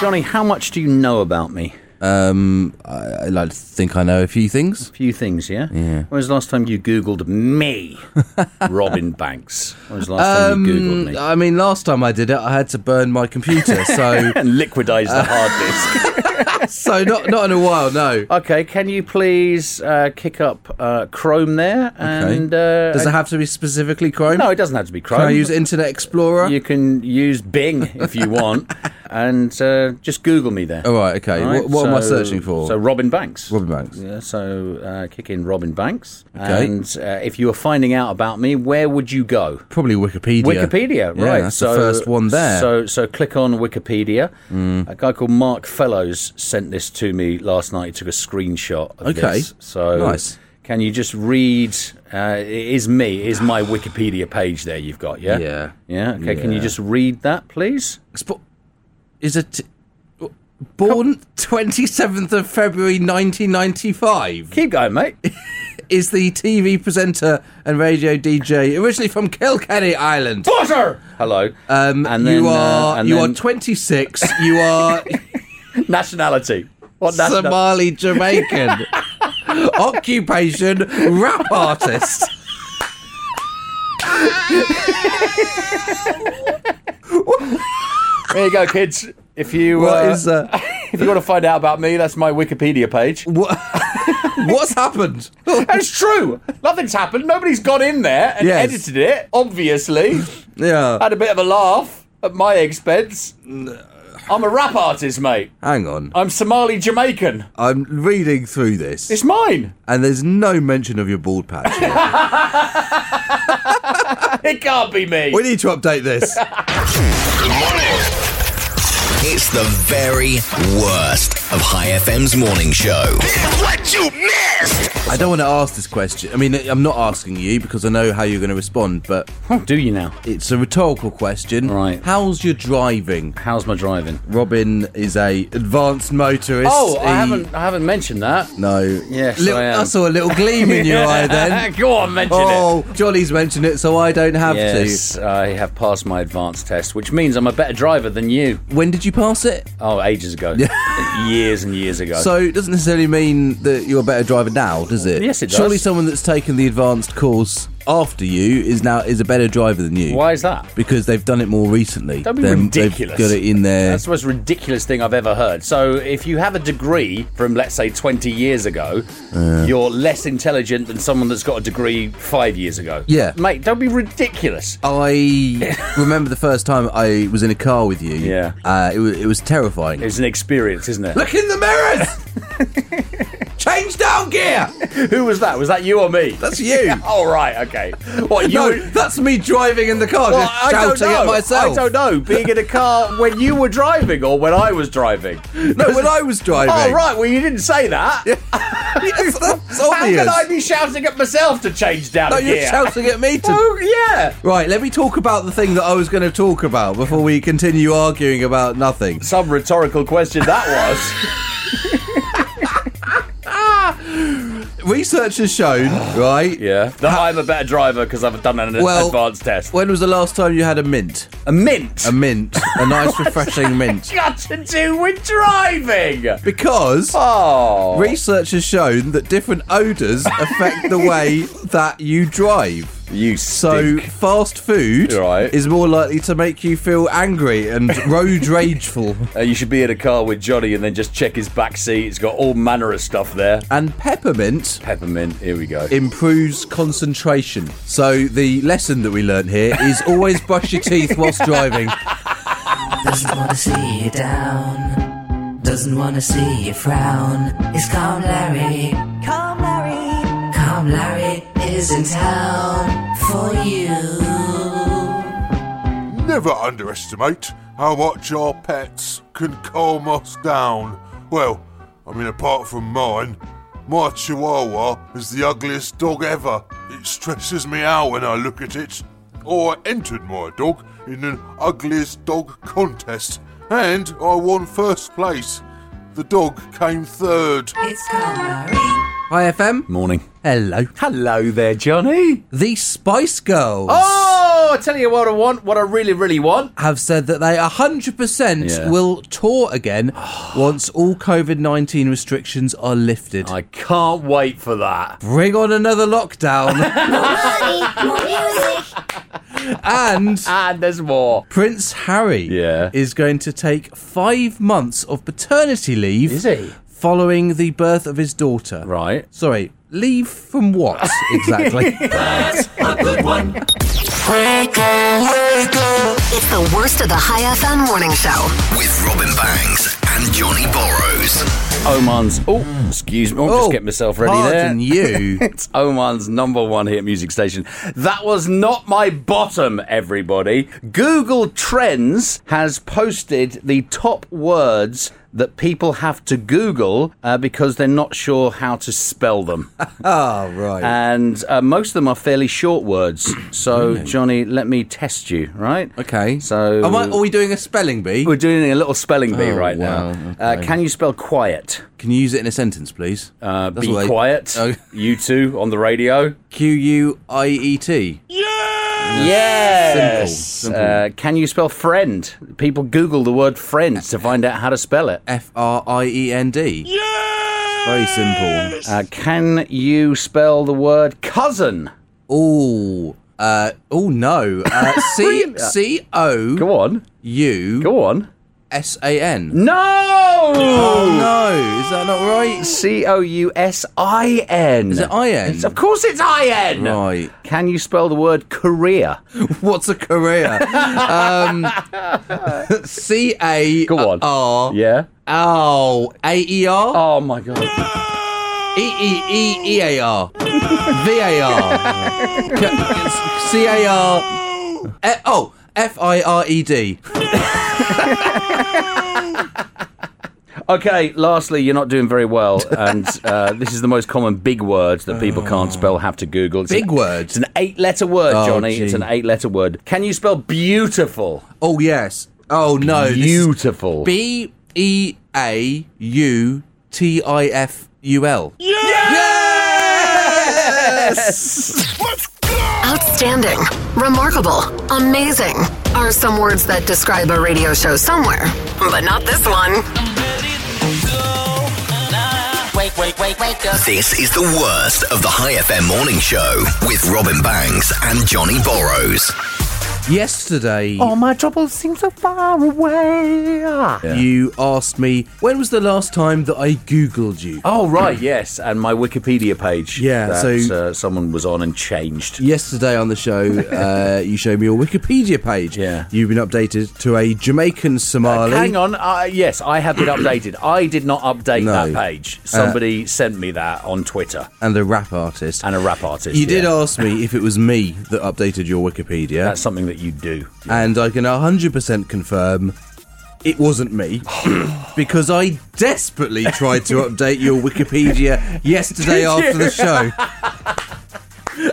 B: Johnny, how much do you know about me?
A: Um, I, I like to think I know a few things. A
B: few things, yeah.
A: Yeah.
B: When was the last time you Googled me, [laughs] Robin Banks? Um, When was the last time you Googled me?
A: Mm, I mean, last time I did it, I had to burn
B: [laughs]
A: my computer, so
B: and liquidize the hard
A: disk. so not not in a while, no.
B: [laughs] Okay, can you please uh, kick up uh, Chrome there? And uh,
A: Does it have to be specifically Chrome?
B: No, it doesn't have to be Chrome.
A: Can I use Internet Explorer?
B: You can use Bing if you
A: [laughs]
B: want, and uh, just Google me there.
A: All Oh, right, okay. What- what am I searching for?
B: So Robin Banks.
A: Robin Banks.
B: Yeah, so uh, kick in Robin Banks.
A: Okay.
B: And uh, if you were finding out about me, where would you go?
A: Probably Wikipedia.
B: Wikipedia,
A: Yeah,
B: right?
A: that's the first one there.
B: So, so click on Wikipedia.
A: Mm.
B: A guy called Mark Fellows sent this to me last night. He took a screenshot. Of
A: Okay.
B: this. so
A: Nice.
B: Can you just read? Uh, it is me. It is my Wikipedia page there? You've got yeah.
A: Yeah.
B: Yeah. Okay. Can you
A: Yeah.
B: just read that, please?
A: Is it [laughs] born twenty seventh of February nineteen ninety five?
B: Keep going, mate.
A: is the TV presenter and radio DJ originally from Kilkenny, Ireland?
B: Butter. Hello.
A: Um,
B: And then,
A: you
B: uh,
A: are
B: and
A: you
B: then-
A: are twenty six. You [laughs] are
B: Nationality. What national-
A: Somali [laughs] Jamaican. Occupation rap artist.
B: There you go, kids. If you
A: What
B: uh,
A: is that? [laughs]
B: if you want to find out about me, that's my Wikipedia page.
A: What? What's happened?
B: That's true. Nothing's happened. Nobody's gone in there and
A: Yes.
B: edited it. Obviously,
A: Yeah.
B: had a bit of a laugh at my expense. I'm a rap artist, mate.
A: Hang on.
B: I'm Somali Jamaican.
A: I'm reading through this.
B: It's mine. [laughs]
A: and there's no mention of your bald patch. here.
B: It can't be me.
A: we need to update this. [laughs]
H: It's the very worst of High FM's morning show.
D: What you missed?
A: I don't want to ask this question. I mean, I'm not asking you because I know how you're going to respond, but
B: do you now?
A: It's a rhetorical question. Right. How's your driving?
B: How's my driving?
A: Robin is a advanced motorist.
B: Oh, I
A: He-
B: haven't. I haven't mentioned that.
A: No.
B: Yes,
A: Little-
B: I am.
A: saw a little gleam [laughs] in
B: [laughs]
A: your eye then.
B: Go on, mention it.
A: oh, Johnny's mentioned it, so I don't have
B: yes, I have passed my advanced test, which means I'm a better driver than you.
A: When did you pass it?
B: Oh, ages
A: [laughs]
B: ago. years and years
A: to.
B: ago.
A: So it doesn't necessarily mean that you're a better driver now, does it?
B: Yes, it does.
A: Surely someone that's taken the advanced course after you is now is a better driver than you.
B: why is that?
A: Because they've done it more recently.
B: Don't be
A: They've-
B: ridiculous.
A: They've got it in there.
B: That's the most ridiculous thing I've ever heard. So, if you have a degree from, let's say, 20 years ago,
A: Yeah.
B: you're less intelligent than someone that's got a degree five years ago.
A: Yeah.
B: Mate, don't be ridiculous. [laughs]
A: I remember the first time I was in a car with you.
B: Yeah.
A: Uh, it, was, it was terrifying.
B: It's an experience, isn't it?
A: Look in the mirrors!
B: [laughs]
A: Change down gear!
B: Who was that? Was that you or me?
A: That's you.
B: [laughs] All right, okay. What, you
A: no, [laughs]
B: were-
A: that's me driving in the car,
B: Well,
A: just shouting at myself.
B: I don't know. Being in a car when you were driving or when I was driving.
A: [laughs] No, when I was driving.
B: Oh right, well you didn't say that.
A: [laughs] Yes, that's
B: How can
A: obvious.
B: I be shouting at myself to change down
A: No,
B: a
A: you're
B: gear?
A: shouting at me to.
B: Oh yeah.
A: Right, let me talk about the thing that I was going to talk about before we continue arguing about nothing.
B: Some rhetorical question that
A: Research has shown, right?
B: was. yeah. That I'm a better driver because I've done an
A: Well,
B: advanced test.
A: When was the last time you had a mint?
B: A mint?
A: A mint.
B: [laughs]
A: A nice, refreshing mint.
B: Got to do with driving.
A: Because
B: Oh.
A: research has shown that different odours affect
B: [laughs]
A: the way that you drive.
B: You
A: so fast food
B: Right.
A: is more likely to make you feel angry
B: [laughs]
A: and road rageful.
B: Uh, you should be in a car with Johnny and then just check his back seat. It's got all manner of stuff there.
A: And peppermint
B: Peppermint. Here we go.
A: improves concentration. So the lesson that we learned here is always brush your teeth whilst
B: [laughs]
A: driving.
J: Doesn't wanna see you down. Doesn't wanna see you frown. It's Calm Larry. Calm Larry. Calm Larry is in town for you.
K: Never underestimate how much our pets can calm us down. Well, I mean, apart from mine, my Chihuahua is the ugliest dog ever. It stresses me out when I look at it. Oh, I entered my dog in an ugliest dog contest, and I won first place. The dog came third.
J: It's Calm Larry.
A: Hi FM.
B: Morning.
A: Hello.
B: Hello there, Johnny.
A: The Spice Girls.
B: Oh, Oh, I tell you what I want. What I really, really want.
A: have said that they 100%
B: Yeah.
A: will tour again once all COVID 19 restrictions are lifted. I
B: can't wait for that.
A: Bring on another lockdown. and
B: and there's more.
A: Prince Harry is going to take five months of paternity leave. Is
B: he?
A: Following the birth of his daughter. Right. Sorry, leave from
B: [laughs]
A: what exactly?
D: That's a good one.
C: It's the worst of the High FM morning show.
H: With Robin Banks and Johnny Borrows.
B: Oman's. Oh, excuse me. I'll
A: Oh,
B: just get myself ready
H: pardon
B: there.
A: you.
B: [laughs] it's Oman's number one hit music station. That was not my bottom, everybody. Google Trends has posted the top words that people have to Google uh, because they're not sure how to spell
A: [laughs]
B: them.
A: oh, right.
B: And uh, most of them are fairly short
A: [coughs]
B: words. So, Johnny, let me test you, right?
A: Okay.
B: So.
A: Am I- are we doing a spelling bee?
B: We're doing a little spelling bee
A: Oh,
B: right
A: wow,
B: now.
A: okay.
B: Uh, can you spell quiet?
A: Can you use it in a sentence, please?
B: Uh,
A: That's
B: be
A: what I- Oh.
B: quiet. You two on the radio.
A: Q U I E T.
B: Yes.
A: Simple,
B: Uh, can you spell friend? People Google the word friend to find out how to spell it.
A: F R I E N D. Very simple.
B: Uh, can you spell the word cousin?
A: Oh, uh, oh no.
B: [laughs]
A: Uh, C C O.
B: Go on.
A: U.
B: Go on.
A: S A N.
B: No.
A: Oh no! Is that not right?
B: C O U S I N.
A: Is it I N?
B: It's- Of course, it's I N.
A: Right. [laughs]
B: Can you spell the word career?
A: What's a career? um, [laughs] C A R.
B: Yeah.
A: Oh, A E R.
B: Oh my god. Oh.
A: E E E E A R. V A R. Ca- C A R. E- Oh, F I R E D.
B: Okay, lastly, you're not doing very well, and uh, this is the most common big word that people can't spell, have to Google. It's
A: Uh. Big
B: an,
A: word?
B: It's an eight letter word,
A: Oh,
B: Johnny. It's
A: gee.
B: an eight letter word. Can you spell beautiful?
A: Oh, yes. Oh, no. this is-
B: Beautiful.
A: B E A U T I F U L.
C: Yes! Outstanding, remarkable, amazing are some words that describe a radio show somewhere, but not this one.
J: Wait, wait, wait, wake up.
H: This is the worst of the High FM morning show with Robin Banks and Johnny Borrows.
A: Yesterday,
B: Oh, my troubles seem so far away.
A: you asked me, when was the last time that I Googled you?
B: Oh, right, yes. And my Wikipedia page
A: Yeah,
B: that
A: so-
B: uh, someone was on and changed.
A: Yesterday on the show,
B: [laughs]
A: uh, you showed me your Wikipedia page. Yeah. You've been updated to a Jamaican Somali.
B: Hang on. Uh, yes, I have been updated. I did not update
A: No. Uh,
B: that page. Somebody sent me that on Twitter.
A: And a rap artist.
B: And a rap artist.
A: You did
B: yeah.
A: ask me if it was me that updated your Wikipedia.
B: That's something that you do.
A: And I can 100% confirm it
B: [sighs]
A: wasn't me because I desperately tried to update your Wikipedia
B: Did
A: yesterday
B: you?
A: after the
B: [laughs]
A: show.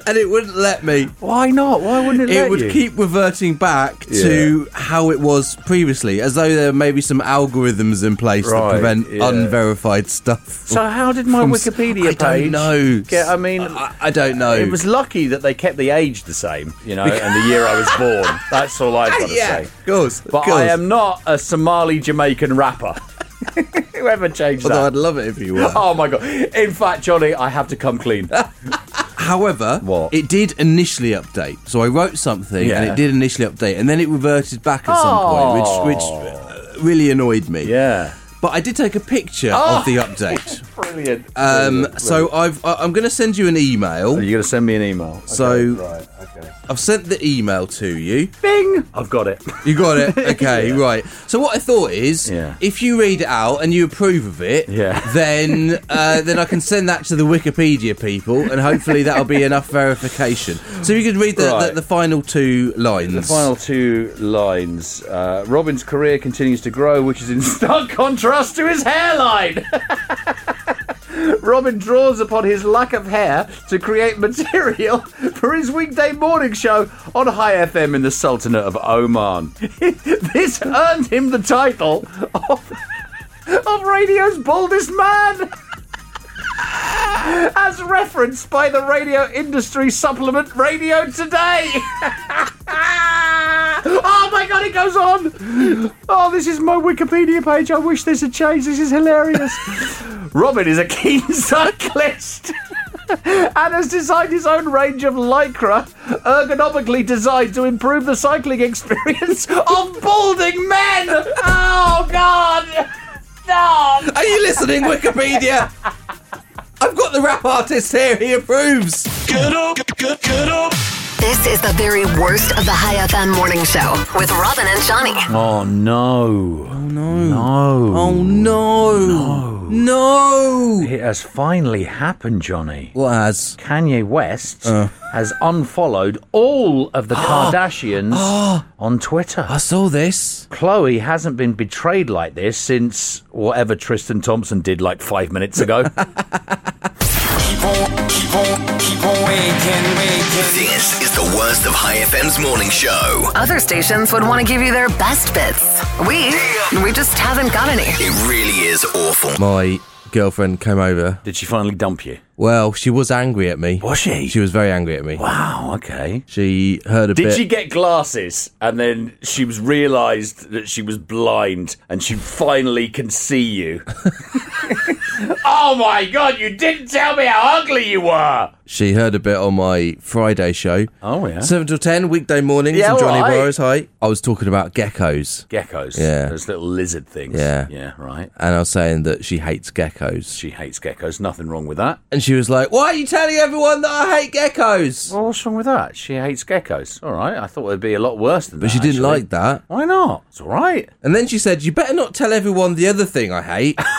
A: And it wouldn't let me.
B: Why not? Why wouldn't it,
A: It
B: let
A: would
B: you?
A: keep reverting back to how it was previously, as though there may be some algorithms in place
B: Right,
A: that prevent
B: yeah.
A: unverified stuff.
B: So how did my
A: from s-
B: Wikipedia
A: I
B: page?
A: don't know.
B: Get, I mean,
A: I, I don't know.
B: it was lucky that they kept the age the same, you know, and the year I was
A: [laughs]
B: born. That's all I've got to
A: Yeah,
B: say.
A: of course. of
B: But
A: course.
B: I am not a Somali Jamaican rapper. [laughs] Whoever changed
A: Although
B: that.
A: I'd love it if you were.
B: Oh my god! In fact, Johnny, I have to come
A: [laughs]
B: clean.
A: However, it did initially update. So I wrote something and
B: Yeah.
A: it did initially update, and then it reverted back at some point, which which uh, really annoyed me.
B: Yeah.
A: But I did take a picture
B: Oh.
A: of the
B: [laughs]
A: update.
B: Brilliant.
A: Um,
B: Brilliant,
A: so I've I- I'm going to send you an email.
B: You're going to send me an email.
A: So
B: right, okay.
A: I've sent the email to you.
B: Bing. I've got it.
A: You got
B: [laughs]
A: it. Okay, right. So what I thought is, if you read it out and you approve of it, [laughs] then uh, then I can send that to the Wikipedia people, and hopefully that'll be enough verification. So you could read the,
B: Right.
A: the, the final two lines.
B: The final two lines. Uh, Robin's career continues to grow, which is in [laughs] stark contrast to his hairline. [laughs] Robin draws upon his lack of hair to create material [laughs] for his weekday morning show on High FM in the Sultanate of Oman. [laughs] this earned him the title of, [laughs] of radio's baldest man. [laughs] As [laughs] referenced by the radio industry supplement Radio Today. Ah! Oh God, it goes on. Oh, this is my Wikipedia page. I wish this had changed. This is hilarious. [laughs] Robin is a keen [laughs] cyclist [laughs] and has designed his own range of lycra, ergonomically designed to improve the cycling [laughs] experience of balding men. Oh God! No.
A: Are you
B: [laughs]
A: listening, Wikipedia? I've got the rap artist here. He approves. Get up, get, get up.
C: This is the very worst of the High FM morning show with Robin and Johnny.
B: Oh no! Oh no! No!
A: Oh no! No! No!
B: It has finally happened, Johnny.
A: What has?
B: Kanye West has unfollowed all [gasps] of the Kardashians [gasps] on Twitter.
A: I saw this.
B: Chloe hasn't been betrayed like this since whatever Tristan Thompson did like five minutes [laughs] ago.
H: This is the worst of High FM's morning show.
C: Other stations would want to give you their best bits. We, we just haven't got any.
H: It really is awful.
A: My girlfriend came over.
B: Did she finally dump you?
A: Well, she was angry at me. Was
B: she?
A: She was very angry at me.
B: [laughs] Wow. Okay.
A: She heard a
B: Did
A: bit.
B: she get glasses and then she was realised that she was blind and she finally can see [laughs] you? oh my god, you didn't tell me how ugly you were!
A: She heard a bit on my Friday show.
B: Oh, yeah.
A: 7 till 10, weekday mornings.
B: Yeah,
A: with Johnny
B: alright.
A: Burrows. Hi. I was talking about geckos.
B: Geckos.
A: Yeah.
B: Those little lizard things.
A: Yeah.
B: Yeah, right.
A: And I was saying that she hates geckos.
B: She hates geckos. Nothing wrong with that.
A: And she was like, Why are you telling everyone that I hate geckos?
B: Well, what's wrong with that? She hates geckos. All right. I thought it'd be a lot worse than
A: But
B: that.
A: she didn't
B: actually.
A: like that.
B: Why not? It's all right. [laughs]
A: And then she said, You better not tell everyone the other thing I hate. [laughs]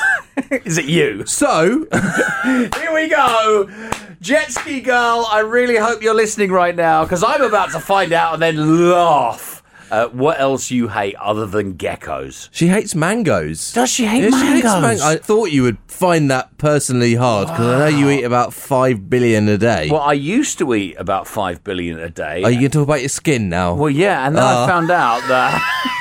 B: Is it you?
A: So, [laughs]
B: Here we go. Jet ski girl, I really hope you're listening right now because I'm about to find out and then laugh at what else you hate other than geckos.
A: she hates mangoes.
B: Does she hate
A: Yeah, she hates
B: mangoes?
A: man- I thought you would find that personally hard because I know you eat about 5 billion a day.
B: Well, I used to eat about 5 billion a day.
A: Are you going to talk about your skin now?
B: Well, yeah, and then I
A: Ah.
B: found out that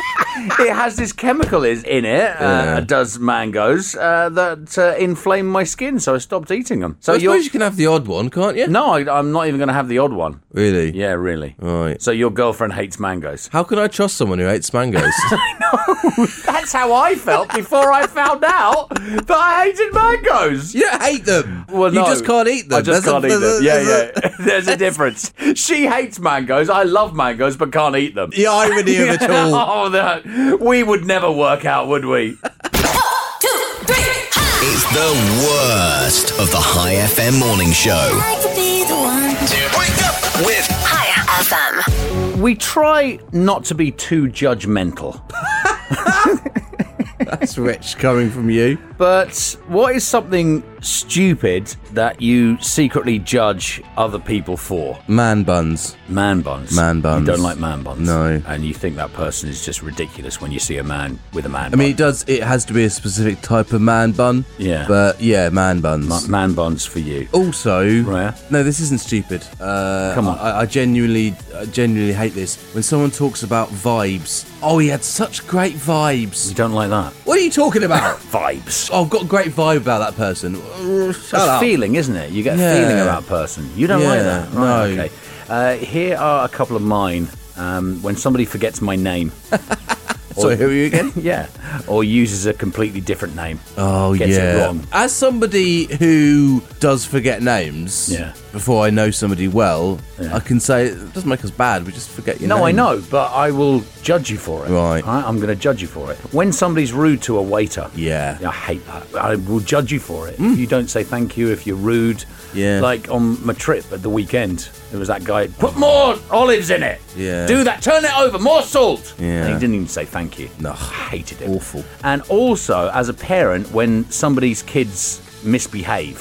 B: [laughs] it has this chemical is in it, uh,
A: Yeah.
B: does mangoes, uh, that uh, inflame my skin, so I stopped eating them. So
A: I
B: you're.
A: suppose you can have the odd one, can't you?
B: No, I, I'm not even going to have the odd one.
A: Really?
B: Yeah, really.
A: Right.
B: So your girlfriend hates mangoes.
A: How can I trust someone who
B: [laughs]
A: hates mangoes? [laughs]
B: That's how I felt before I found out that I hated mangoes.
A: you don't hate them.
B: Well,
A: you
B: no,
A: just can't eat them.
B: I just
A: There's a-
B: can't eat them. Yeah,
A: there's a-
B: yeah. [laughs] There's a difference. She hates mangoes. I love mangoes, but can't eat them.
A: [laughs] The irony
B: [laughs]
A: of it all.
B: oh, no. We would never work out, would we?
H: It's the worst of the High FM morning show. With
C: High FM.
B: We try not to be too judgmental.
A: That's rich coming from you.
B: But what is something stupid that you secretly judge other people for?
A: Man buns.
B: Man buns.
A: Man buns.
B: You don't like man buns.
A: No.
B: And you think that person is just ridiculous when you see a man with a man
A: I mean, it does. It has to be a specific type of man bun.
B: Yeah.
A: But yeah, man buns.
B: bun. Ma- man buns for you.
A: also,
B: Right.
A: no, this isn't stupid. Uh,
B: Come on.
A: I, I genuinely, I genuinely hate this when someone talks about vibes. Oh, he had such great
B: You
A: vibes.
B: don't like
A: [laughs]
B: that.
A: What are you talking about?
B: Vibes.
A: oh, I've got a great vibe about that person. Uh,
B: It's
A: Shut up.
B: feeling, isn't it? You get a
A: Yeah.
B: feeling about a person. You don't like
A: Yeah,
B: that. Right,
A: no.
B: okay. Uh, here are a couple of mine. Um, when somebody forgets my name.
A: Sorry, who are you
B: [laughs]
A: again?
B: yeah. Or uses a completely different name.
A: Oh
B: Gets it
A: yeah.
B: wrong.
A: As somebody who does forget names,
B: Yeah.
A: before I know somebody well,
B: Yeah.
A: I can say it doesn't make us bad. We just forget your
B: No, I
A: name.
B: know, but I will judge you for it.
A: Right.
B: I, am going to judge you for it. When somebody's rude to a waiter,
A: Yeah. Hmm.
B: I hate that. I will judge you for it. If you don't say thank you, if you're rude,
A: Yeah.
B: Like on my trip at the weekend, there was that guy. Put more olives in it.
A: Yeah.
B: Do that. Turn it over. More salt.
A: Yeah.
B: And he didn't even say thank you.
A: No.
B: I hated it.
A: Awful.
B: And also, as a parent, when somebody's kids misbehave,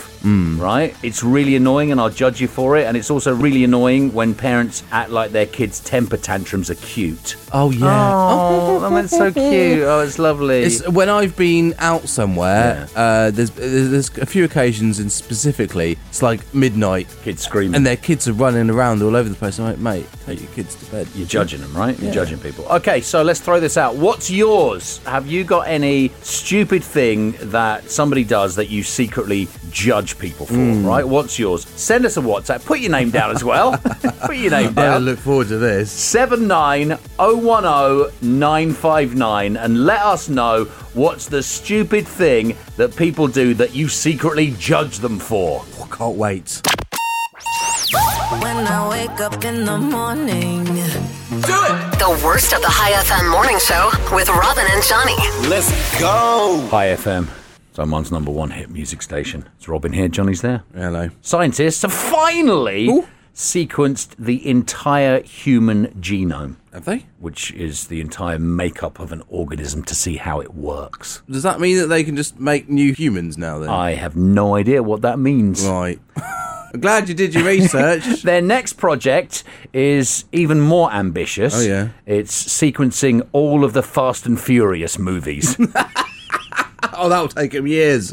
B: right? It's really annoying, and I'll judge you for it. And it's also really annoying when parents act like their kids' temper tantrums are cute.
A: Oh yeah.
B: Oh, that's so cute. Oh, it's lovely.
A: It's when I've been out somewhere. Uh, there's, there's there's a few occasions, and specifically, it's like midnight,
B: kids screaming.
A: and their kids are running around all over the place. I'm like, mate, take your kids to bed.
B: You're judging them, right? You're judging people. Okay, so let's throw this out. What's yours? Have you got any stupid thing that somebody does that you secretly judge judge people for, right? What's yours? Send us a WhatsApp. Put your name down as [laughs] well. Put your name down.
A: I look forward to this.
B: 79010 and let us know what's the stupid thing that people do that you secretly judge them for.
A: Oh, can't wait.
J: When I wake up in the morning.
C: Do it! The worst of the High FM morning show with Robin and Johnny.
B: Let's go. Hi FM. It's Oman's number one hit music station. It's Robin here. Johnny's there.
A: Hello.
B: Scientists have finally sequenced the entire human genome.
A: Have they?
B: Which is the entire makeup of an organism to see how it works.
A: Does that mean that they can just make new humans now then?
B: I have no idea what that means.
A: Right. [laughs] I'm glad you did your
B: [laughs]
A: research.
B: Their next project is even more ambitious.
A: Oh, yeah.
B: It's sequencing all of the Fast and Furious
A: [laughs]
B: movies.
A: oh, that'll take them years.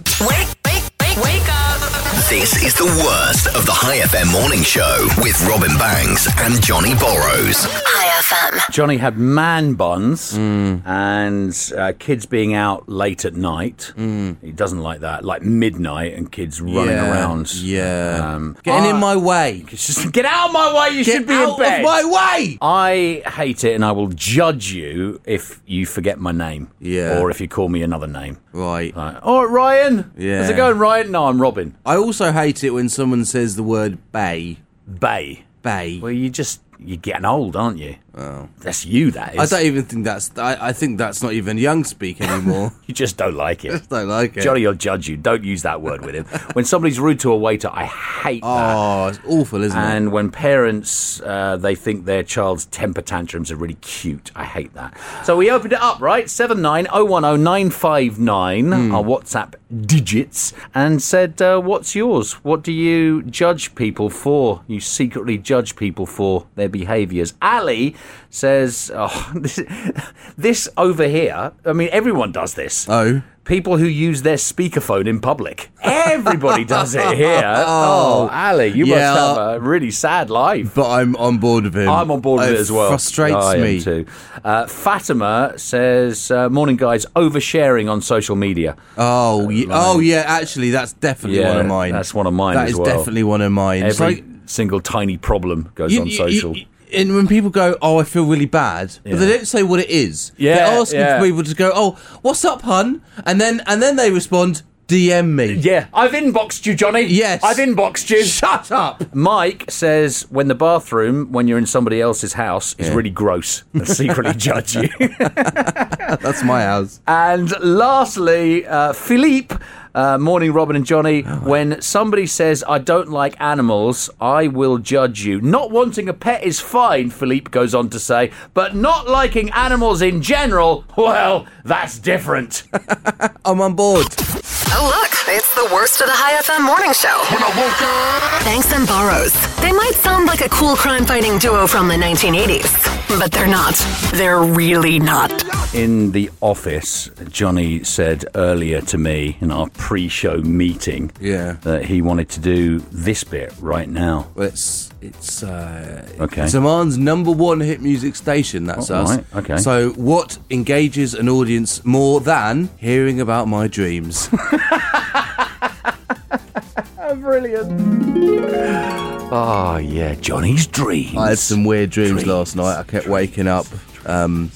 H: This is the worst of the High FM morning show with Robin Banks and Johnny Borrows.
C: High FM.
B: Johnny had man buns
A: Mm.
B: and uh, kids being out late at night. He doesn't like that, like midnight and kids running
A: Mm. Yeah,
B: around.
A: Yeah.
B: Um,
A: Getting
B: I-
A: in my way.
B: Get out of my way! You
A: Get
B: should be
A: out
B: in bed.
A: of my way.
B: I hate it, and I will judge you if you forget my name. Yeah. Or if you call me another name.
A: Right.
B: All right, Ryan.
A: Yeah.
B: How's it going, Ryan? No, I'm Robin.
A: I also hate it when someone says the word bay.
B: Bay.
A: Bay.
B: Well, you just you're getting old, aren't you? Oh, that's you. That
A: I
B: is.
A: don't even think that's. I, I think that's not even young speak
B: [laughs]
A: anymore.
B: you just don't like it.
A: [laughs] I just don't like it.
B: Johnny will judge you. Don't use that word with him. when somebody's rude to a waiter, I hate that. [laughs]
A: Oh, it's awful, isn't it?
B: And when parents uh, they think their child's temper tantrums are really cute, I hate that. So we opened it up, right? Seven nine oh one oh nine five nine
A: Hmm.
B: our WhatsApp digits, and said, uh, "What's yours? What do you judge people for? You secretly judge people for their behaviours." Ali says, "Oh, [laughs] this, this over here. I mean, everyone does this.
A: Oh."
B: People who use their speakerphone in public. Everybody does it
A: [laughs]
B: here. Oh, Ali, you
A: Yeah.
B: must have a really sad life.
A: But I'm on board with him.
B: I'm on board with it as well.
A: Frustrates
B: I am
A: me.
B: too. Uh, Fatima says, uh, "Morning, guys. Oversharing on social media.
A: Oh, ye- oh yeah. Actually, that's definitely one of mine.
B: That's one of mine.
A: That
B: as
A: is
B: well.
A: definitely one of mine. It's
B: Every
A: like-
B: single tiny problem goes
A: You-
B: on
A: you-
B: social.
A: you- and when people go, "Oh, I feel really bad," but they don't say what it is.
B: Yeah,
A: They're asking
B: yeah.
A: for people to go, "Oh, what's up, hun?" And then and then they respond, "DM me."
B: Yeah, I've inboxed you, Johnny.
A: Yes,
B: I've inboxed you.
A: Shut up.
B: Mike says when the bathroom, when you're in somebody else's house, is really gross and secretly judge you.
A: [laughs] That's my house.
B: And lastly, uh, Philippe. Uh, morning, Robin and Johnny. When somebody says, I don't like animals, I will judge you. Not wanting a pet is fine, Philippe goes on to say, but not liking animals in general, well, that's [laughs] different.
A: I'm on board.
C: Oh, look, it's the worst of the High FM morning show. Banks and Burrows. They might sound like a cool crime fighting duo from the 1980s, but they're not. They're really not.
B: In the office, Johnny said earlier to me in our pre show meeting
A: Yeah.
B: that he wanted to do this bit right now.
A: Well, it's it's uh,
B: Okay.
A: it's Oman's number one hit music station. That's
B: Oh,
A: us.
B: right, okay.
A: So, what engages an audience more than hearing about my dreams?
B: Oh, yeah, Johnny's dreams.
A: I had some weird dreams, last night. I kept waking up. Um,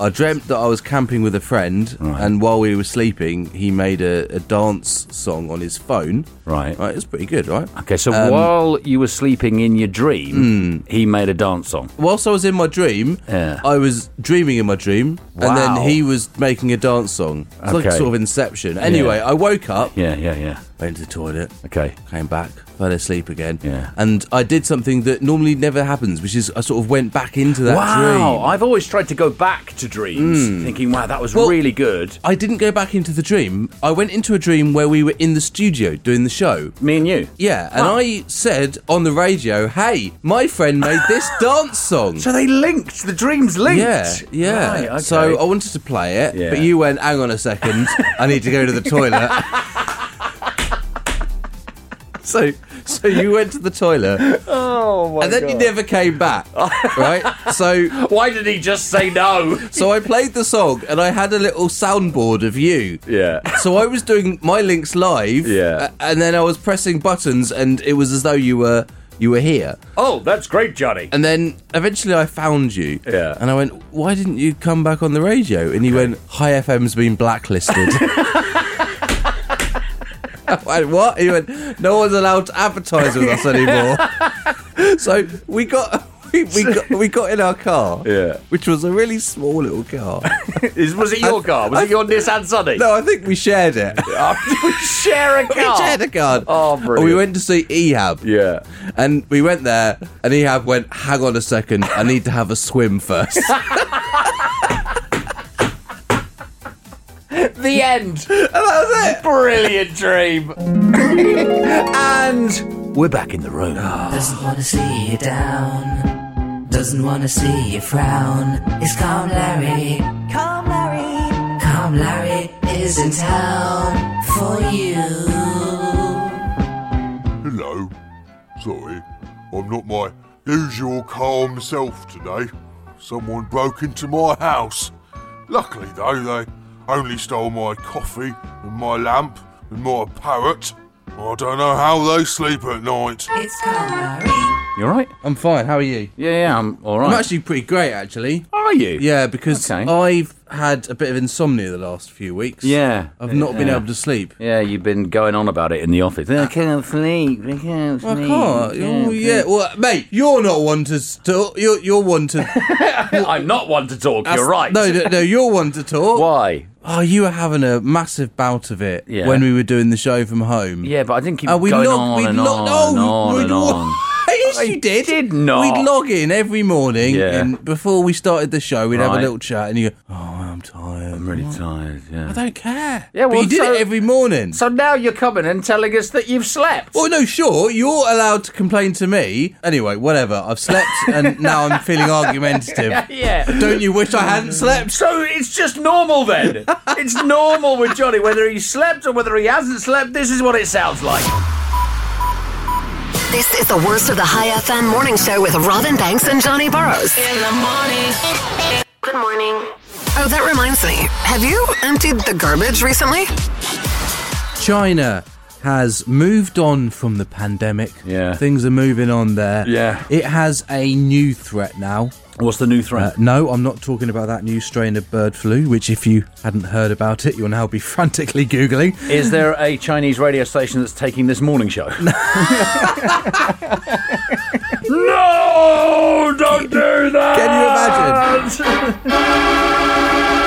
A: I dreamt that I was camping with a friend, and while we were sleeping, he made a, a dance song on his phone.
B: Right.
A: Right, it's pretty good, right?
B: Okay, so
A: Um, Hmm.
B: while you were sleeping in your dream, he made a dance song.
A: Whilst I was in my dream,
B: Yeah.
A: I was dreaming in my dream,
B: Wow.
A: and then he was making a dance song. It's like
B: Okay.
A: sort of Inception. Anyway, I woke up,
B: Yeah, yeah, yeah.
A: went to the toilet,
B: Okay.
A: came back, fell asleep again,
B: Yeah.
A: and I did something that normally never happens, which is I sort of went back into that dream. Hmm.
B: wow, I've always tried to go back to dreams, thinking, wow, that was
A: Well-
B: really good.
A: I didn't go back into the dream. I went into a dream where we were in the studio doing the show.
B: Me and you.
A: Yeah, and I said on the radio, "Hey, my friend made
B: [laughs]
A: this dance song."
B: So they linked, the dreams linked.
A: Yeah, yeah.
B: Right, okay.
A: So I wanted to play it,
B: Yeah.
A: but you went,
B: [laughs]
A: "Hang on a second, I need to go to the toilet." so, so you went to the toilet.
B: Oh my
A: and then you
B: God.
A: never came back,
B: [laughs]
A: right? So
B: why did he just say no? [laughs]
A: So I played the song and I had a little soundboard of you.
B: Yeah.
A: So I was doing my links live.
B: Yeah.
A: a- And then I was pressing buttons, and it was as though you were you were here.
B: Oh, that's great, Johnny. [laughs]
A: And then eventually I found you.
B: Yeah.
A: And I went, why didn't you come back on the radio? And you went, Hi FM's been
B: [laughs]
A: blacklisted. [laughs] I went, what? He went, no one's allowed to advertise with us
B: [laughs]
A: anymore. so we got [laughs] we, we got we got in our car.
B: Yeah.
A: Which was a really small little car.
B: Is, was it your car? Was it your Nissan Sunny? [laughs]
A: No, I think we shared it.
B: we share a
A: [laughs] We
B: car.
A: shared a card.
B: Oh,
A: And
B: brilliant.
A: we went to see Ehab.
B: Yeah.
A: And we went there, and Ehab went, hang on a second, I need to have a swim first.
B: the end. And that was it. Brilliant
A: [laughs]
B: dream. and we're back in the room.
A: Ah.
J: Doesn't wanna see you down. Doesn't wanna see you frown. It's Calm Larry. Calm Larry. Calm Larry is in town for you.
K: Hello. Sorry, I'm not my usual calm self today. Someone broke into my house. Luckily, though, they only stole my coffee and my lamp and my parrot. I don't know how they sleep at night.
J: It's Calm
B: You alright?
A: [laughs] I'm fine. How are you?
B: Yeah, yeah, I'm all right.
A: I'm actually pretty great, actually.
B: Are you?
A: Yeah, because I've had a bit of insomnia the last few weeks.
B: Yeah.
A: I've not been
B: Yeah.
A: able to sleep.
B: Yeah, you've been going on about it in the office. I can't sleep. I can't
A: I
B: sleep.
A: can't. Oh, yeah. Well, mate, you're not one to. St- you're, you're one to.
B: I'm not one to talk. [laughs] You're right.
A: No, no, no, you're one to talk.
B: Why?
A: Oh, you were having a massive bout of it
B: Yeah.
A: when we were doing the show from home.
B: Yeah, but I didn't keep
A: Uh, we
B: going
A: log-
B: on
A: we
B: and
A: log-
B: on
A: no,
B: and
A: we-
B: on
A: we
B: and
A: log-
B: on.
A: [laughs] yes, you did.
B: did not.
A: We'd log in every morning,
B: Yeah.
A: and before we started the show, we'd have a
B: Right.
A: little chat, and you go, "Oh, I'm tired.
B: I'm really tired. Yeah.
A: I don't care."
B: Yeah, well,
A: but you did
B: so-
A: it every morning.
B: So now you're coming and telling us that you've slept.
A: Well, no, sure, you're allowed to complain to me. Anyway, whatever. I've slept,
B: [laughs]
A: and now I'm feeling argumentative.
B: Yeah.
A: Don't you wish I hadn't slept?
B: So it's just normal
A: [laughs]
B: then. it's normal with Johnny, whether he slept or whether he hasn't slept. This is what it sounds like.
C: This is the worst of the High FM morning show with Robin Banks and Johnny Burrows. In the morning. Good morning. Oh, that reminds me. Have you emptied the garbage recently?
A: China has moved on from the pandemic.
B: Yeah.
A: Things are moving on there.
B: Yeah.
A: It has a new threat now.
B: What's the new
A: Uh,
B: threat?
A: no, I'm not talking about that new strain of bird flu, which, if you hadn't heard about it, you'll now be [laughs] frantically Googling.
B: Is there a Chinese radio station that's taking this morning
A: [laughs]
B: show? no! Don't do that! Can you imagine?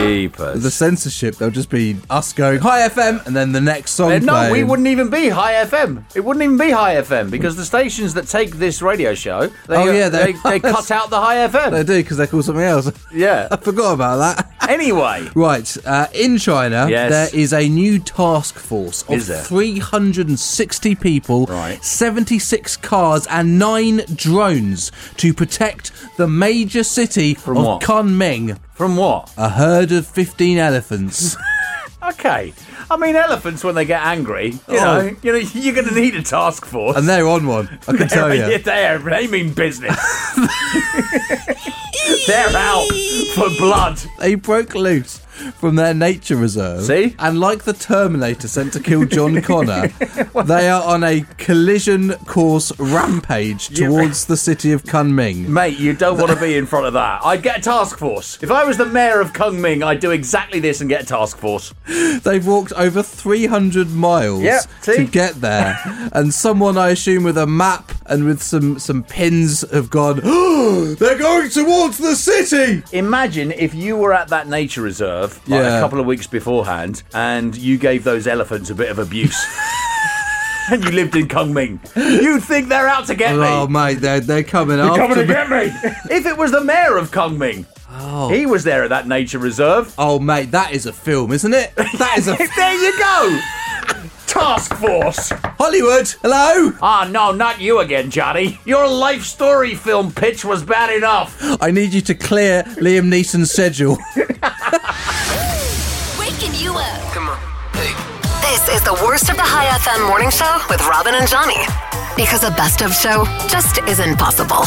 B: Jeepers.
A: The censorship, they'll just be us going, Hi FM, and then the next song.
B: Uh, no, we
A: playing.
B: wouldn't even be High FM. It wouldn't even be High FM because the stations that take this radio show, they, uh,
A: Oh, yeah,
B: they,
A: they-
B: they,
A: [laughs]
B: cut out the High
A: They
B: FM.
A: do, because they call something else. [laughs] I
B: Yeah.
A: forgot about that.
B: Anyway,
A: Right, uh, in China,
B: Yes.
A: there is a new task force of
B: Is there?
A: 360 people,
B: Right.
A: 76 cars, and nine drones to protect the major city
B: From
A: of
B: what?
A: Kunming.
B: from what?
A: A herd of 15 elephants.
B: Okay. I mean, elephants when they get angry, you
A: Oh.
B: know, you know, [laughs] you're going to need a task force.
A: and [laughs] they're on one, I can
B: [laughs]
A: tell
B: They're-
A: you.
B: they're- they mean business. they're out for blood.
A: They broke loose from their nature reserve.
B: See?
A: And like the Terminator sent to kill [laughs] John Connor, they are on a collision course rampage towards the city of Kunming.
B: Mate, you don't want to be in front of that. I'd get a task force. If I was the mayor of Kunming, I'd do exactly this and get a task force.
A: They've walked over 300 miles
B: Yep, see?
A: to get [laughs] there. and someone, I assume, with a map and with some, some pins have gone, oh, they're going towards the city!
B: Imagine if you were at that nature reserve like, a
A: Yeah.
B: couple of weeks beforehand and you gave those elephants a bit of abuse. and you lived in Kunming. You'd think they're out to get
A: Oh,
B: me.
A: mate, they're, they're coming after me.
B: me. if it was the mayor of Kunming, he was there at that nature reserve.
A: Oh, mate, that is a film, isn't it? That is a [laughs]
B: there you go. Task force.
A: Hollywood, hello?
B: Ah, no, not you again, Johnny. Your life story film pitch was bad enough.
A: I need you to clear Liam Neeson's schedule.
E: Waking you up. Come on. Hey.
C: This is the worst of the High FM morning show with Robin and Johnny. Because a best of show just isn't possible.